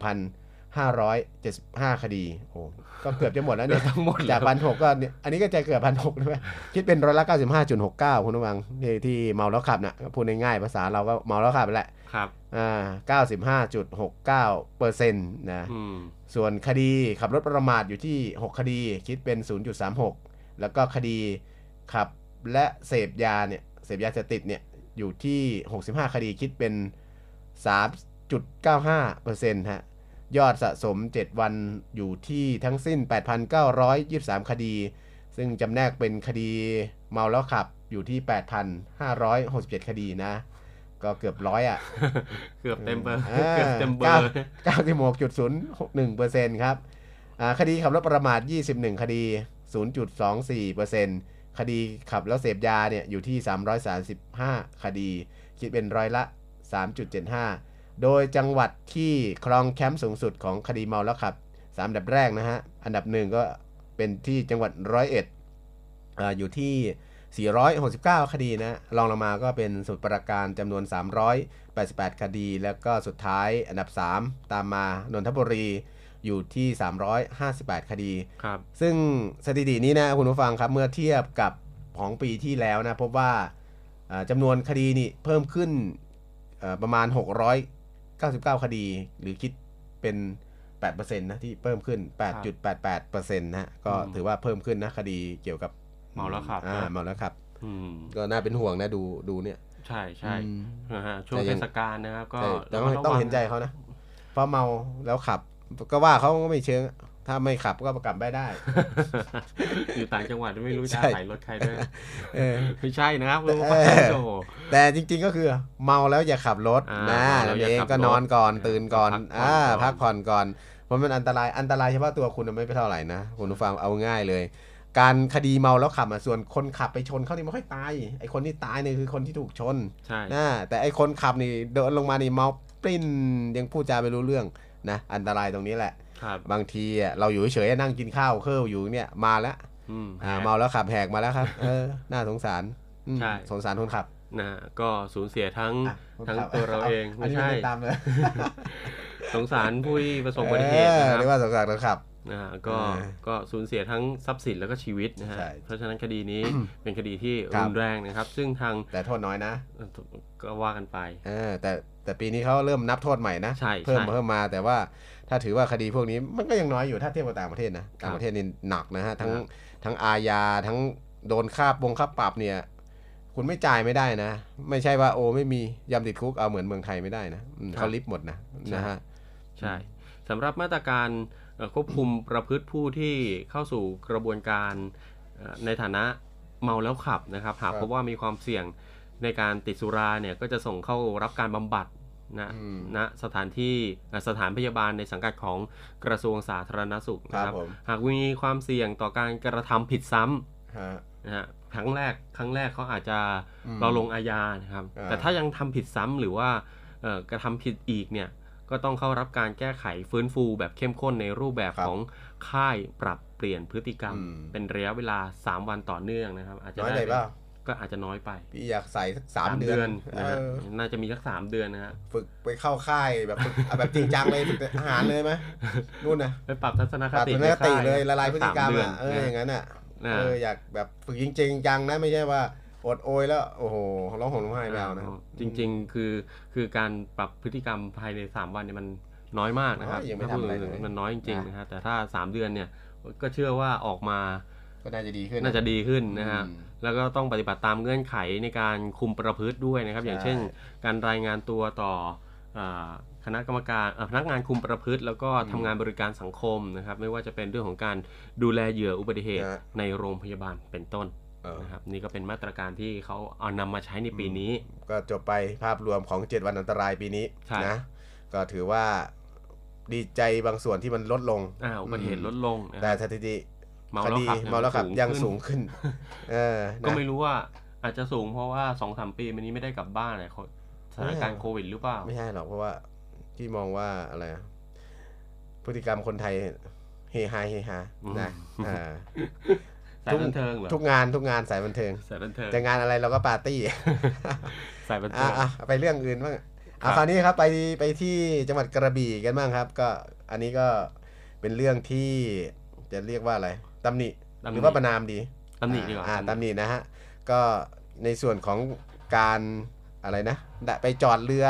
C: 1,575 คดีโอ้ก็เกือบจะหมดแล้วเนี่ย
D: ทั้งหมดแล้ว
C: จากพันหกก็เนี่ยอันนี้ก็จะเกือบพันหกใช่ไหมคิดเป็นร้อยละเก้าสิบห้าจุดหกเก้าคุณผู้ฟังที่ที่เมาแล้วขับนะก็พูดง่ายๆภาษาเราก็เมาแล้วขับแหละ
D: ครับ
C: อ่าเก้าสิบห้าจุดหกเก้าเปอร์เซ็นต์นะ
D: อืม
C: ส่วนคดีขับรถประมาทอยู่ที่หกคดี คิดเป็นศูนย์จุดสามหกแล้วก็คดีขับและเสพยาเนี่ยเสพยาเสพติดเนี่ยอยู่ที่หกสิบห้าคดีคิดเป็นสามจุดเก้าห้าเปอร์เซ็นต์ฮะ ยอดสะสม 7 วันอยู่ที่ทั้งสิ้น 8,923 คดี ซึ่งจำแนกเป็นคดีเมาแล้วขับอยู่ที่ 8,567 คดีนะ ก็เกือบร้อยอ่ะ
D: เกือบเต็มเบอร์
C: อ่า
D: เกือบเต็มเบอ
C: เก้า
D: ร์
C: เก้าสิบหกจุดศูนย์หกหนึ่งเปอร์เซ็นต์ครับอ่าคดีขับรถประมาท 21 คดี 0.24เปอร์เซ็นต์คดีขับแล้วเสพยาเนี่ยอยู่ที่ 335 คดี คิดเป็นร้อยละ 3.75 โดยจังหวัดที่ครองแชมป์สูงสุดของคดีเมาแล้วขับสามอันดับแรกนะฮะ อันดับหนึ่งก็เป็นที่จังหวัดร้อยเอ็ดอาอยู่ที่ 469 คดีนะ รองลงมาก็เป็นสมุดประการจำนวน 388 คดี แล้วก็สุดท้ายอันดับ 3 ตามมานนทบุรีอยู่ที่ 358 คดี
D: ครับ
C: ซึ่งสถิตินี้นะคุณผู้ฟังครับเมื่อเทียบกับของปีที่แล้วนะพบว่าเอ่อจำนวนคดีนี่เพิ่มขึ้นเอ่อประมาณ 699 คดี หรือคิดเป็น 8%นะที่เพิ่มขึ้น 8.88%นะก็
D: อืม
C: ถือว่าเพิ่มขึ้นนะคดีเกี่ยวกับ
D: เมาแล้วขับ
C: อ่า
D: นะ
C: เมาแล้วขับ
D: อืม
C: ก็น่าเป็นห่วงนะดูดูเนี่ย
D: ใช่ใช่
C: อืม
D: นะฮะช่วง
C: แต่ยั
D: เท
C: ง
D: ศกาลนะครับ ก็
C: ใช่แต่ก็
D: ระมัดระวั
C: ต้องเห็นใจเขานะ เพราะเมาแล้วขับ ก็ว่าเขาก็ไม่เชิง ถ้าไม่ขับก็กลับไม่ ได้
D: อยู่ต่างจังหวัดไม่รู้จะ
C: ใช่
D: ถ่ายรถใครด้วย
C: เออ
D: ไม่ใช่นะครับคุณผู้
C: เอ
D: ฟัง
C: อ
D: โอ้โห
C: แต่จริงๆก็คือเมาแล้วอย่าขับรถ
D: อ่า
C: นะ
D: เมา
C: นั่
D: แล้วน อย่า
C: เอง
D: ขับรถ
C: ก็นอนก่อน
D: อ่า
C: ตื่นก่อน
D: พักผ่อน
C: อ่า
D: ก่อน
C: พักผ่อนก่อนเพราะมันอันตรายอันตรายเฉพาะตัวคุณน่ะไม่เท่าไหร่นะคุณผู้ฟังเอาง่ายเลย การคดีเมาแล้วขับอ่ะส่วนคนขับไปชนเขานี่ไม่ค่อยตายไอ้คนที่ตายเนี่ยคือคนที่ถูกชน
D: ใช่
C: นะแต่ไอ้คนขับนี่เดินลงมานี่เมาปริ้นยังพูดจาไม่รู้เรื่องนะอันตรายตรงนี้แหละ
D: ครับ
C: บางทีอ่ะเราอยู่เฉยๆนั่งกินข้าวเคร์อยู่เนี่ยมาแล้ว
D: อืม
C: อ่าเมาแล้วขับแหกมาแล้วครับเออน่าสงสารอืม
D: ใช่
C: สงสารคนขับ
D: นะฮะก็สูญเสียทั้ง
C: อ่ะ
D: ทั้ง
C: ผมถม
D: ตัวเราเอง
C: อัน
D: ไม่
C: นี้
D: ใช่
C: ด้ตามเลย
D: สงสารผู้ที่ ประสบอุบัติเหตุ
C: ออ
D: นะค
C: เรีย
D: รับ
C: กว่าสงสารคนขับ
D: นะฮะก็
C: อ่า
D: ก็สูญเสียทั้งทรัพย์สินแล้วก็ชีวิตนะฮะ
C: ใช่
D: เพราะฉะนั้นคดีนี้ เป็นคดีที่
C: ครับ
D: รุนแรงนะครับ ซึ่งทาง
C: แต่โทษน้อยนะ
D: เอ่อก็ว่ากันไป
C: เออแต่แต่ปีนี้เขาเริ่มนับโทษใหม่นะ
D: ใช่
C: เพิ่ม
D: ใช่
C: เพิ่มมาแต่ว่าถ้าถือว่าคดีพวกนี้มันก็ยังน้อยอยู่ถ้าเทียบกับต่างประเทศนะต่างประเทศนี่หนักนะฮะทั้ง
D: ครับ
C: ทั้งอาญาทั้งโดนค่าปงค่าปรับเนี่ย คุณไม่จ่ายไม่ได้นะ ไม่ใช่ว่าโอไม่มียำติดคุกเอาเหมือนเมืองไทยไม่ได้นะอืมเขาลิฟต์หมดนะนะฮะ
D: ใช่สำหรับมาตรการเอ่อควบคุมประพฤติผู้ที่เข้าสู่กระบวนการเอ่อในฐานะเมาแล้วขับนะครับ หาก
C: ครับ
D: พบว่ามีความเสี่ยงในการติดสุราเนี่ยก็จะส่งเข้ารับการบำบัดนะ
C: อืม
D: ณสถานที่เอ่อสถานพยาบาลในสังกัดของกระทรวงสาธารณสุขนะ
C: ครั
D: ครับบ
C: ผม
D: หากมีความเสี่ยงต่อการกระทำผิดซ้ำ
C: ฮะ
D: นะฮะครั้งแรกครั้งแรกเขาอาจจะ
C: อืม
D: เราลงอาญานะครับ
C: อ่า
D: แต่ถ้ายังทำผิดซ้ำหรือว่าเอ่อกระทำผิดอีกเนี่ยก็ต้องเข้ารับการแก้ไขฟื้นฟูแบบเข้มข้นในรูปแบบของค่ายปรับเปลี่ยนพฤติกรรม เป็นระยะเวลา 3 วันต่อเนื่องนะครับ อาจจะ
C: น้อย
D: ได้
C: ไปเปล่า
D: ก็อาจจะน้อยไป
C: พี่อยากใส่สักสามเดือน
D: นะฮะ
C: เออ
D: น่าจะมีสักสามเดือนนะฮะ
C: ฝึกไปเข้าค่ายแบบฝึก เอาแบบจริงจังเลยฝึกอาหารเลยไหมนู่นนะ
D: ไปปรับทัศนค
C: ปรับ
D: ติ
C: ทัศนคติ
D: ในค่
C: เลยละลายพฤติกรรม
D: สาเดืน
C: อ่ะเออ
D: นะ
C: อย่างนั้นอ่ะ
D: นะ
C: เอออยากแบบฝึกจริงจริงจังนะไม่ใช่ว่าอดโอยแล้วโอ้โหร้องห่มร้องไห้ไม่เอานะ
D: จริงๆ คือคือการปรับพฤติกรรมภายใน 3 วันเนี่ยมันน้อยมากนะครับ
C: น้อยยังไม่
D: ถ้า
C: ทำ
D: พูด
C: อะไรเลย
D: มันน้อยจริง
C: นะ
D: ๆนะฮะแต่ถ้า 3 เดือนเนี่ยก็เชื่อว่าออกมา
C: ก็น่าจะดีขึ้น
D: น่าจะดีขึ้นนะฮะ
C: อืม
D: แล้วก็ต้องปฏิบัติตามเงื่อนไขในการคุมประพฤติด้วยนะครับ อย่าง
C: ใช่
D: เช่น การรายงานตัวต่ออ่าคณะกรรมการเอ่อพนักงานคุมประพฤติ แล้วก็ทำงานบริการสังคมนะครับ ไม่ว่าจะเป็นเรื่องของการดูแลเหยื่ออุบัติเหตุในโรงพยาบาลเป็นต้น
C: เออ
D: นะครับนี่ก็เป็นมาตรการที่เขาเอานำมาใช้ในปีนี้
C: ก็จบไปภาพรวมของ 7 วันอันตรายปีนี้
D: ใช่
C: นะก็ถือว่าดีใจบางส่วนที่มันลดลง
D: อ่าอุบัติเหตุลดลงนะค
C: แต่
D: รับ
C: สถิติ
D: เมา
C: ค
D: แล้ว
C: ดี
D: ขับ
C: เมาแล้วขับ
D: นี่น
C: ยังสูงขึ้น เออนะ
D: ก็ไม่รู้ว่า อาจจะสูงเพราะว่าสองสามปีมานี้ไม่ได้กลับบ้านเลยคนสถานการณ์โควิดหรือเปล่า
C: ไม่ใช่หรอกเพราะว่าพี่มองว่าอะไรอะพฤติกรรมคนไทยเฮฮาเฮฮา
D: อืม
C: นะอ่า
D: สายบันเทิงเหรอ
C: ทุกงานทุกงานสายบันเทิง
D: สายบันเทิง
C: จะงานอะไรเราก็ปาร์ตี้
D: สายบันเทิ
C: อ่ะ
D: ง
C: อ่ะไปเรื่องอื่นบ้าง
D: ครั
C: อ่ะ
D: บ
C: คราวนี้ครับไปไปที่จังหวัดกระบี่กันบ้างครับ ก็อันนี้ก็เป็นเรื่องที่จะเรียกว่าอะไรตำหนิหรือว่าประนามดี
D: ตำหนิดีกว่า
C: อ่าตำหนินะฮะก็ในส่วนของการอะไรนะได้ไปจอดเรือ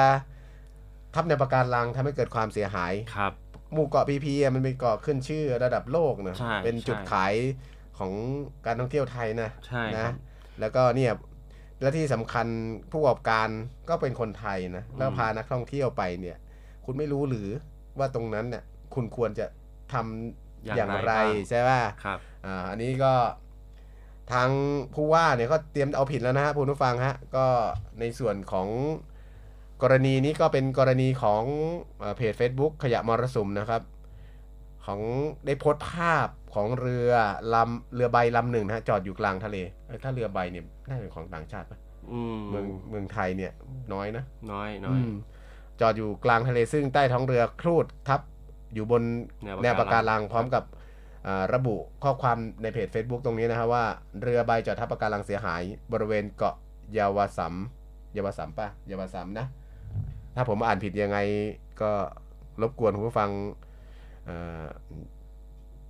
C: ทับในวปะการังทำให้เกิดความเสียหาย
D: ครับ
C: หมู่เกาะพีพีอ่ะมันเป็นเกาะขึ้นชื่อระดับโลกนะ
D: ใช่
C: เป็นจุด
D: ใช่
C: ขายของการท่องเที่ยวไทยนะ
D: ใช่ค
C: นะ
D: รับ
C: แล้วก็เนี่ยและที่สำคัญผู้ประกอบการก็เป็นคนไทยนะแล้วพานักท่องเที่ยวไปเนี่ย คุณไม่รู้หรือว่าตรงนั้นเนี่ยคุณควรจะทำ
D: อ
C: อย่
D: า
C: ย่าง ง
D: ไร
C: ไร
D: บ้าง
C: ใช่ป่ะ
D: ครับ
C: อ่าอันนี้ก็ทางผู้ว่าเนี่ยก็เตรียมเอาผิดแล้วนะฮะผู้ผู้ฟังฮะก็ในส่วนของกรณีนี้ก็เป็นกรณีของเอ่อเพจ Facebook ขยะมรสุมนะครับ ของได้โพสต์ภาพของเรือลำเรือใบลำหนึ่งนะฮะจอดอยู่กลางทะเลเอ้ยถ้าเรือใบเนี่ยน่าจะเป็นของต่างชาติปะ
D: อืม
C: เมืองเมืองไทยเนี่ยน้อยนะ
D: น้อยน้อย
C: มจอดอยู่กลางทะเลซึ่งใต้ท้องเรือครูดทับอยู่บน
D: แน
C: แน
D: ว
C: ว
D: ปะ
C: ปะการ
D: กาั
C: รั
D: ง
C: งพร้อมกับอ่าระบุข้อความในเพจ Facebook ตรงนี้นะครับว่าเรือใบจอดทับปะการังเสียหาย บริเวณเกาะยาวสัมยาวสัมปะยาวสัมนะ ถ้าผมอ่านผิดยังไงก็รบกวนคุณผู้ฟังเอ่อ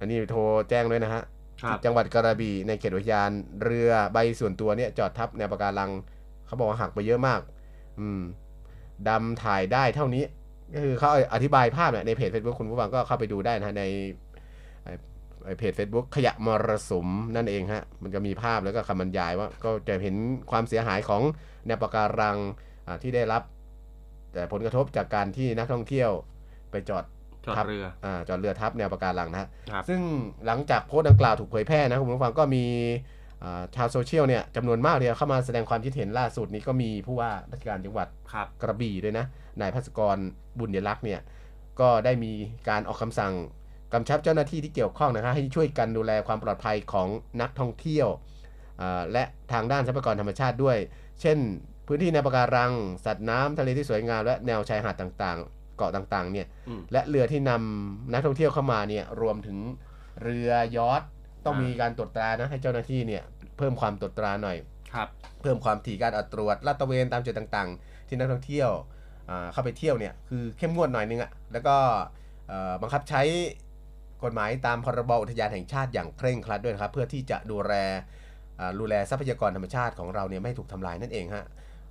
C: อันนี้โทรแจ้งด้วยนะฮะ
D: ครับ
C: จังหวัดกระบี่ในเขตอุทยานเรือใบส่วนตัวเนี่ยจอดทับแนวปะการัง เขาบอกว่าหักไปเยอะมาก อืมดำถ่ายได้เท่านี้ ก็คือเขาอธิบายภาพเนี่ยในเพจ Facebook คุณผู้ฟังก็เข้าไปดูได้นะฮะในไอ้ไอ้เพจ Facebook ขยะมรสุมนั่นเองฮะ มันก็มีภาพแล้วก็คำบรรยายว่า ก็จะเห็นความเสียหายของแนวปะการังอ่าที่ได้รับ แต่ผลกระทบจากการที่นักท่องเที่ยวไปจอด
D: จอด
C: ทับ
D: เรือ
C: อ่าจอดเรือทับแนวปะการังนะฮะ
D: ครับ
C: ซึ่งหลังจากโพสต์ดังกล่าวถูกเผยแพร่นะคุณผู้ฟังก็มีอ่าชาวโซเชียลเนี่ยจำนวนมากเลยเข้ามาแสดงความคิดเห็นล่าสุดนี้ก็มีผู้ว่าราชการจังหวัด
D: ครับ
C: กระบี่ด้วยนะนายพัศกรบุญยลักษณ์เนี่ยก็ได้มีการออกคำสั่งกำชับเจ้าหน้าที่ที่เกี่ยวข้องนะครับให้ช่วยกันดูแลความปลอดภัยของนักท่องเที่ยวอ่าและทางด้านทรัพยากรธรรมชาติด้วย เช่น พื้นที่แนวปะการัง สัตว์น้ำทะเลที่สวยงามและแนวชายหาดต่างๆ เกาะต่างๆเนี่ย
D: อืม
C: และเรือที่นำนักท่องเที่ยวเข้ามาเนี่ยรวมถึงเรือยอทต้อง
D: อ่ามี
C: มีการตรวจตรานะให้เจ้าหน้าที่เนี่ยเพิ่มความตรวจตราหน่อย
D: ครับ
C: เพิ่มความถี่การเอาตรวจลาดตระเวนตามจุดต่างๆ ที่นักท่องเที่ยวอ่าเข้าไปเที่ยวเนี่ยคือเข้มงวดหน่อยนึงอะแล้วก็เอ่อบังคับใช้กฎหมายตามพรบอุทยานแห่งชาติอย่างเคร่งครัดด้วยนะครับ เพื่อที่จะดูแลอ่าดูแลทรัพยากรธรรมชาติของเราเนี่ยไม่ถูกทำลายนั่นเองฮะ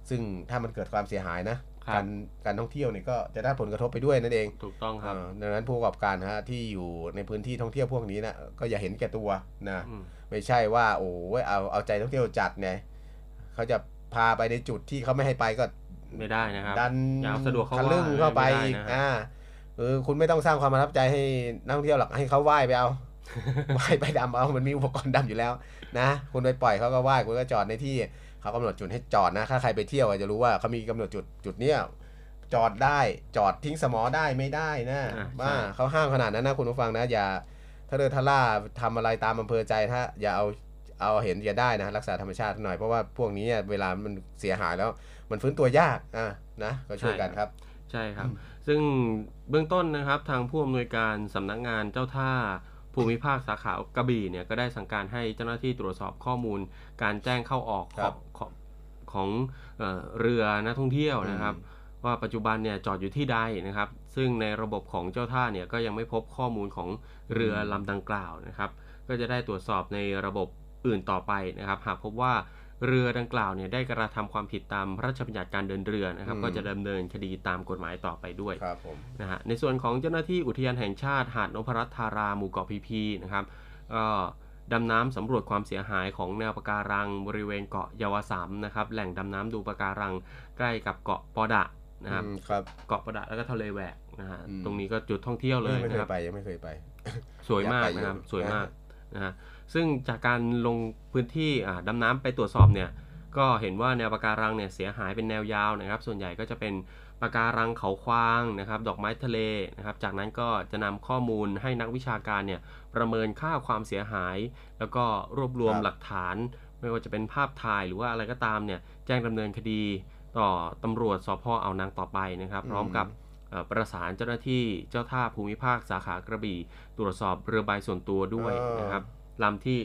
C: ซึ่งถ้ามันเกิดความเสียหายนะครับ การการท่องเที่ยวเนี่ยก็จะได้ผลกระทบไปด้วยนั่นเอง
D: ถูกต้องครับ
C: อ่าดังนั้นผู้ประกอบการฮะที่อยู่ในพื้นที่ท่องเที่ยวพวกนี้นะก็อย่าเห็นแก่ตัวนะ
D: อืม
C: ไม่ใช่ว่าโอ้ยเอาเอาใจท่องเที่ยวจัดไงเขาจะพาไปในจุดที่เขาไม่ให้ไปก็
D: ไม่ได้นะครับ
C: ดัน
D: อย่าเอาสะดวกเขา
C: ทะลึ่ง
D: ว่
C: เข้าไป
D: ม่ด้
C: อีก
D: นะ
C: อ่าเออคุณไม่ต้องสร้างความประทับใจให้นักท่องเที่ยวหรอกให้เขาไหว้ไป เอา ไหว้ไปดำเอามันมีอุปกรณ์ดำอยู่แล้วนะคุณไปปล่อยเขาก็ไหว้คุณก็จอดในที่เขากำหนดจุดให้จอดนะถ้าใครไปเที่ยวอาจจะรู้ว่าเขามีกำหนดจุดจุดเนี้ยจอดได้จอดทิ้งสมอได้ไม่ได้นะ
D: อ่า
C: ว่า
D: ใช่
C: เขาห้ามขนาดนั้นนะคุณผู้ฟังนะ อย่าทะเลอะทะล่าทำอะไรตามอำเภอใจถ้าอย่าเอาเอาเห็นอย่าได้นะ รักษาธรรมชาติหน่อยเพราะว่าพวกนี้เวลามันเสียหายแล้ว มันฟื้นตัวยากอ่ะนะ ก็ช่วยกันครับ
D: ใช่ครับ ซึ่งเบื้องต้นนะครับทางผู้อำนวยการสำนักงานเจ้าท่าภูมิภาคสาขากระบี่เนี่ยก็ได้สั่งการให้เจ้าหน้าที่ตรวจสอบข้อมูล การแจ้งเข้าออกข
C: ครั
D: อง
C: บ
D: ของของเอ่อเรือนักท่องเที่ยวนะครับ ว่าปัจจุบันเนี่ยจอดอยู่ที่ใดนะครับ ซึ่งในระบบของเจ้าท่าเนี่ยก็ยังไม่พบข้อมูลของเรือลำดังกล่าวนะครับ ก็จะได้ตรวจสอบในระบบอื่นต่อไปนะครับ หากพบว่าเรือดังกล่าวเนี่ยได้กระทำความผิดตามพระราชบัญญัติการเดินเรือนะครับ
C: อืม
D: ก็จะดำเนินคดีตามกฎหมายต่อไปด้วย
C: ครับผม
D: นะฮะในส่วนของเจ้าหน้าที่อุทยานแห่งชาติหาดนพรัตน์ธาราหมู่เกาะพีพีนะครับก็ดำน้ำสำรวจความเสียหายของแนวปะการังบริเวณเกาะยาวสามนะครับแหล่งดำน้ำดูปะการังใกล้กับเกาะปอดะนะครับ
C: อืมครับ
D: เกาะประดะแล้วก็ทะเลแหวกนะฮะ
C: อืม
D: ตรงนี้ก็จุดท่องเที่ยวเลย
C: ไม่เค
D: นะ
C: ย
D: ครับ
C: ไปยังไม่เคยไป
D: สวยมา
C: อ
D: ก
C: ยากไปอยู่
D: นะครับสวยมาก
C: นะ
D: นะฮะซึ่งจากการลงพื้นที่อ่าดำน้ำไปตรวจสอบเนี่ยก็เห็นว่าแนวปะการังเนี่ยเสียหายเป็นแนวยาวนะครับ ส่วนใหญ่ก็จะเป็นปะการังเขาควางนะครับ ดอกไม้ทะเลนะครับ จากนั้นก็จะนำข้อมูลให้นักวิชาการเนี่ยประเมินค่าความเสียหาย แล้วก็รวบรวม
C: ครับ
D: หลักฐาน ไม่ว่าจะเป็นภาพถ่ายหรือว่าอะไรก็ตามเนี่ยแจ้งดำเนินคดีต่อตำรวจสพอ่าวนางต่อไปนะครับ พร้อมกับเอ่อประสานเจ้าหน้าที่เจ้าท่าภูมิภาคสาขากระบี่ ตรวจสอบเรือใบส่วนตัวด้วย
C: เออ
D: นะครับลำที่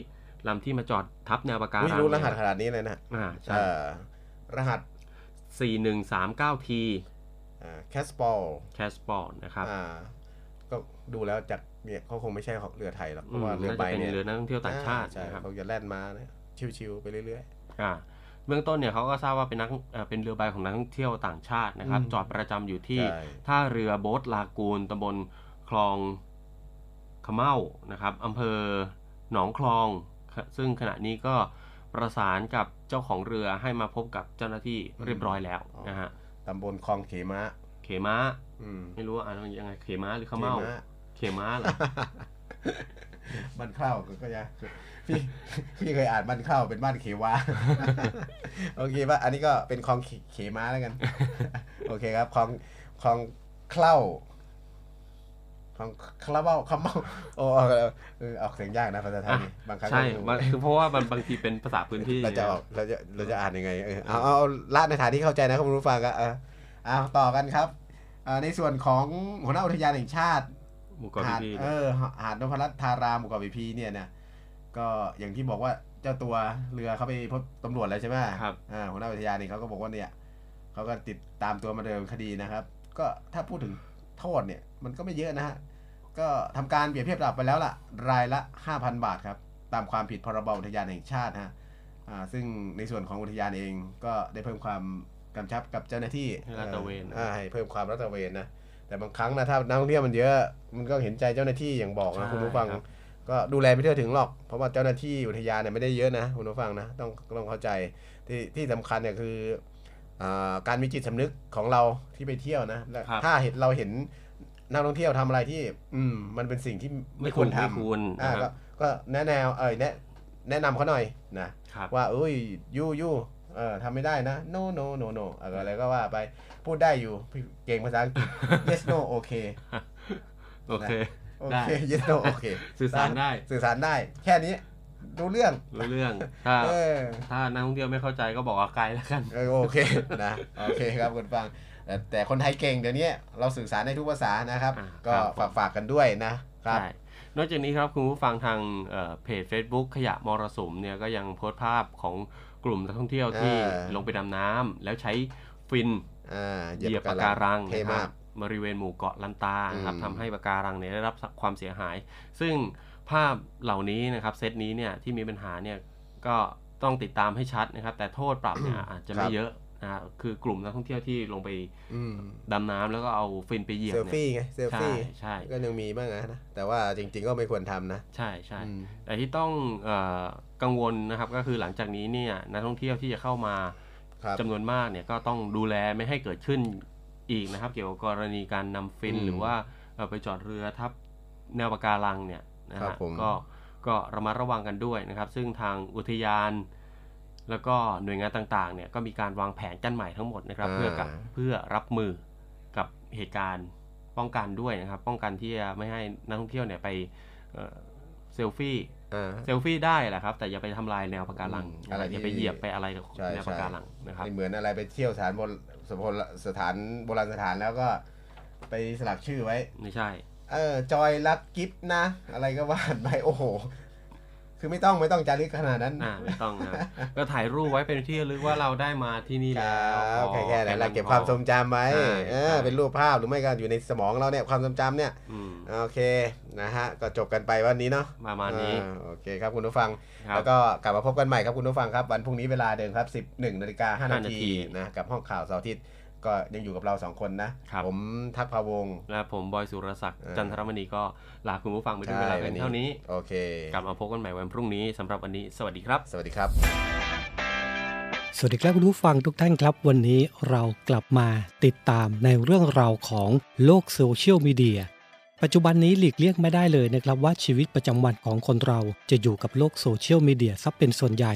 D: ลำที่มาจอดทับแนวปะการั
C: ไม่
D: ง
C: รู้รหัส
D: เย
C: ขนาดนี้เลยนะ
D: อ่าใช่
C: เอ่อรหัส
D: สี่หนึ่งสามเก้าที
C: แคสปอล
D: แคสปอร์ตนะครับ
C: อ่าก็ดูแล้วจากเนี่ยเขาคงไม่ใช่ของเรือไทยหรอกเพ
D: อื
C: ราะ
D: ม
C: ว่าเรือ
D: น่า
C: ใบ
D: จะเป็น
C: เนี่ย
D: เรือนักท่องเที่ยวต่างชาติ
C: อ่ใช่
D: นะครับ
C: เขาจะแล่นมานะชิวๆไปเรื่อย
D: อ่าเบื้องต้นเนี่ยเขาก็ทราบว่าเป็นนักเอ่อเป็นเรือใบของนักท่องเที่ยวต่างชาตินะครับ จอดประจำอยู่ที่
C: ใช่
D: ท่าเรือโบ๊ทลากูนตำบลคลองขะเมานะครับอำเภอหนองคลองครับซึ่งขณะนี้ก็ประสานกับเจ้าของเรือให้มาพบกับเจ้าหน้าที่เรียบร้อยแล้วนะฮะ
C: ๆตำบลคลองเขมะ
D: เขม้า
C: อืม
D: ไม่รู้ว่าอ่านว่ายังไงเขม้าหรือขะเมา
C: ขะ
D: เขม้าเหรอ
C: บ้านเข้าก็จะพี่พี่เคยอ่านบ้านเข้าเป็นบ้านเขวา โอเคป่ะอันนี้ก็เป็นคลองเขเขมาแล้วกัน โอเคครับคลองคลองเข้าคลองคลาเบ้าคำเบ้าโอ้เอาเอาเออออกเสียงยากนะภาษาไทย
D: อ่ะ
C: นี่บางครั้ง
D: ใช่
C: ก็
D: มันคือเพราะว่ามันบางทีเป็นภาษาพื้นที่
C: เราจะออกเราจะเราจะอ่านยังไงเออเอาเอาเอาลาดในฐานที่เข้าใจนะครับคุณผู้ฟังก็เออเอาต่อกันครับอ่าในส่วนของหัวหน้าอุทยานแห่งชาติ
D: หมู่เกาะ
C: หาด
D: พีพี
C: เออหาดนพรัตน์ธารามหมู่เกาะพีพีเนี่ยนะก็อย่างที่บอกว่าเจ้าตัวเรือเขาไปพบตำรวจแล้วใช่ไหม
D: ครับ
C: อ่าหัวหน้าอุทยานนี่เขาก็บอกว่าเนี่ยเขาก็ติดตามตัวมาเดิมคดีนะครับ ก็ถ้าพูดถึงโทษเนี่ย มันก็ไม่เยอะนะฮะก็ทำการเปรียบเทียบปรับไปแล้วล่ะ รายละ 5,000 บาทครับ ตามความผิดพรบอุทยานแห่งชาติฮะอ่าซึ่งในส่วนของอุทยานเองก็ได้เพิ่มความกำชับกับเจ้าหน้าที่
D: ให้ลาดตระเวน
C: ออให้เพิ่มความรัดตระเวนนะ แต่บางครั้งนะถ้านักท่องเที่ยวมันเยอะมันก็เห็นใจเจ้าหน้าที่อย่างบอก
D: ใช่
C: นะคุณผู้ฟัง
D: ครับ
C: ก็ดูแลไม่เท่าถึงหรอก เพราะว่าเจ้าหน้าที่อุทยานเนี่ยไม่ได้เยอะนะคุณผู้ฟังนะต้องต้องเข้าใจที่ที่สำคัญเนี่ยคืออาการมีจิตสำนึกของเราที่ไปเที่ยวนะและ
D: ครับ
C: ถ้าเห็นเราเห็นนักท่องเที่ยวทำอะไรที่ อืมมันเป็นสิ่งที่
D: ไม่
C: ไม่
D: ค
C: คว ว
D: ร
C: ร
D: ไม่
C: ทำ
D: ควร
C: อ่า
D: นะครั
C: ก็
D: บ
C: ก็แนะแนวเอยแนะแนะนำเขาหน่อยนะ
D: ครับ
C: ว่าเอ้ยยูยูเออทำไม่ได้นะ no no no no อะไรก็ว่าไปพูดได้อยู่เก่งภาษาอังกฤษ yes no okay
D: โอเค
C: โอ
D: ได้
C: เค yes no okay
D: สื่อสารได้
C: สื่อสารได้ แค่นี้รู้เรื่อง
D: รู้เรื่องถ้า
C: เออ
D: ถ้านักท่องเที่ยวไม่เข้าใจก็บอกว่าไกลแล้วกัน
C: เออโอเค นะโอเคครับคุณฟังแต่แต่คนไทยเก่งเดี๋ยวนี้เราสื่อสารได้ทุกภาษานะครับ
D: อ่า
C: ก็
D: ครับผม
C: ฝากฝากกันด้วยนะ ครับ
D: ใช่นอกจากนี้ครับคุณผู้ฟังทางเอ่อเพจ Facebook ขยะมรสุมเนี่ยก็ยังโพสต์ภาพของกลุ่มนักท่องเที่ยวที่
C: เออ
D: ลงไปดำน้ำแล้วใช้ฟิน
C: อ่า
D: เหยียบปะการัง
C: เท่
D: นะค
C: มา
D: รั
C: ก
D: บริเวณหมู่เกาะลันตานะครับ
C: อืม
D: ทำให้ปะการังเนี่ยได้รับความเสียหาย ซึ่งภาพเหล่านี้นะครับเซตนี้เนี่ยที่มีปัญหาเนี่ยก็ต้องติดตามให้ชัดนะครับ แต่โทษปรับเนี่ยอาจจะไม่เยอะนะฮะคือกลุ่มนักท่องเที่ยวที่ลงไป
C: อืม
D: ดำน้ำแล้วก็เอาฟินไปเหยียบ
C: เซล
D: เนี่ย
C: ฟี่ไงเซล
D: ใช่
C: ฟี่
D: ใช่
C: ก็ยังมีบ้างนะแต่ว่าจริง ๆ ก็ไม่ควรทำนะ
D: ใช่ใช่
C: อืม
D: แต่ที่ต้องเออกังวลนะครับก็คือหลังจากนี้เนี่ยนักท่องเที่ยวที่จะเข้ามา
C: ครับ
D: จำนวนมากเนี่ยก็ต้องดูแลไม่ให้เกิดขึ้นอีกนะครับ เกี่ยวกับกรณีการนำฟิน
C: อืม
D: หรือว่าเอ่อไปจอดเรือทับแนวปะการังเนี่ยนะ
C: ครั
D: ฮะ
C: บผม
D: ก็ก็ระมัดระวังกันด้วยนะครับ ซึ่งทางอุทยาน แล้วก็หน่วยงานต่างๆเนี่ยก็มีการวางแผนกันใหม่ทั้งหมดนะครับ เพื่อกับเพื่อรับมือกับเหตุการณ์ป้องกันด้วยนะครับ ป้องกันที่จะไม่ให้นักท่องเที่ยวเนี่ยไปเอ่อเซลฟี่
C: อ่า
D: เซลฟี่ได้แหละครับ แต่อย่าไปทำลายแนวปะการัง
C: อืมอะไร
D: อย่า
C: ที่
D: ไปเหยียบไปอะไรกับ
C: ใช่
D: แนว
C: ใช่
D: ปะการังนะครับ
C: เหมือนอะไรไปเที่ยวสถานโบรสถานสถานโบราณสถานแล้วก็ไปสลักชื่อไว้
D: ไม่ใช่
C: เออจอยรักกิฟต์นะ อะไรก็ว่ากันไป โอ้โห คือไม่ต้องไม่ต้องจารึกขนาดนั้น
D: อ่าไม่ต้องนะก็ถ่ายรูปไว้เป็นที่ระลึกว่าเราได้มาที่นี่
C: คร
D: แล้
C: ั
D: ว
C: บ
D: พ
C: แค่
D: อ
C: แค่นั้นแหละ
D: พอ
C: เก็บความทรงจำไว้
D: ใช่
C: เออ
D: ใช่
C: เป็นรูปภาพหรือไม่ก็อยู่ในสมองเราเนี่ยความทรงจำเนี่ย
D: อืม
C: โอเคนะฮะ ก็จบกันไปวันนี้เนาะ
D: ประมาณนี้
C: อ่าโอเคครับคุณผู้ฟัง
D: ครับ
C: แล้วก็กลับมาพบกันใหม่ครับคุณผู้ฟังครับ วันพรุ่งนี้เวลาเดิมครับ 11นาฬิกา5นา
D: นาที
C: ทีนะกับห้องข่าวเสาร์อาทิตย์ก็ยังอยู่กับเรา 2 คนนะ
D: ครับ
C: ผมทักษ์พาวงศ์
D: และผมบอยสุรศักดิ์จันทรมณีก็ลาคุณผู้ฟังไปด้วยเวลาเพียงเท่านี้
C: โอเค
D: กลับมาพบกันใหม่วันพรุ่งนี้สำหรับวันนี้ สวัสดีครับ
C: สวัสดีครับ
F: สวัสดีครับคุณผู้ฟังทุกท่านครับ วันนี้เรากลับมาติดตามในเรื่องราวของโลกโซเชียลมีเดียปัจจุบันนี้หลีกเลี่ยงไม่ได้เลยนะครับว่าชีวิตประจำวันของคนเราจะอยู่กับโลกโซเชียลมีเดียซะเป็นส่วนใหญ่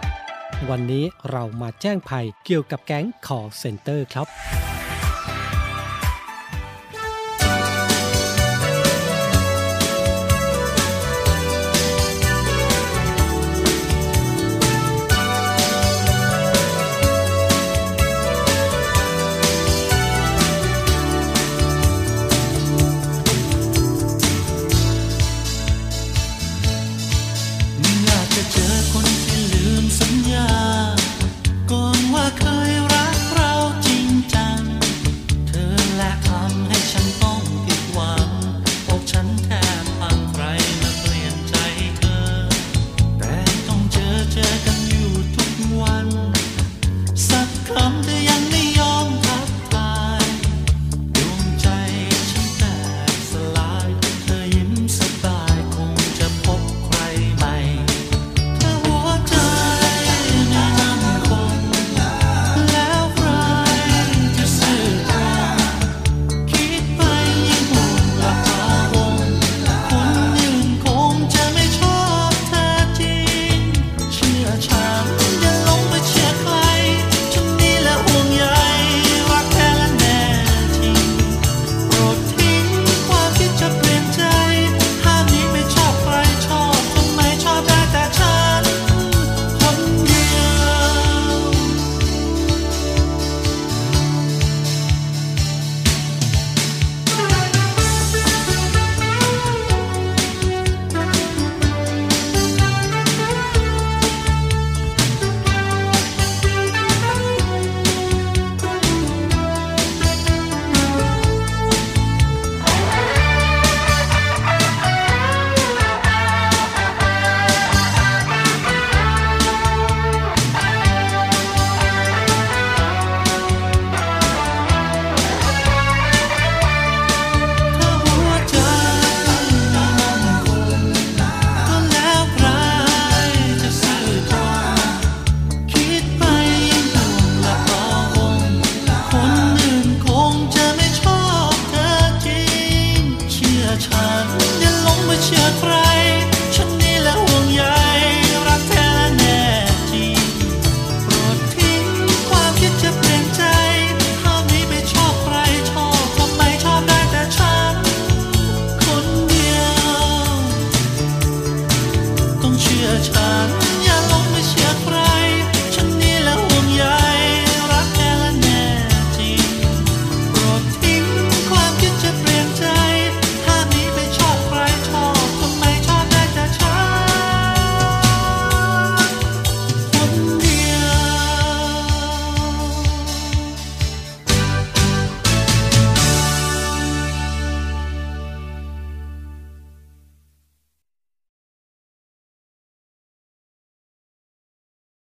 F: วันนี้เรามาแจ้งภัยเกี่ยวกับแก๊ง call center ครับ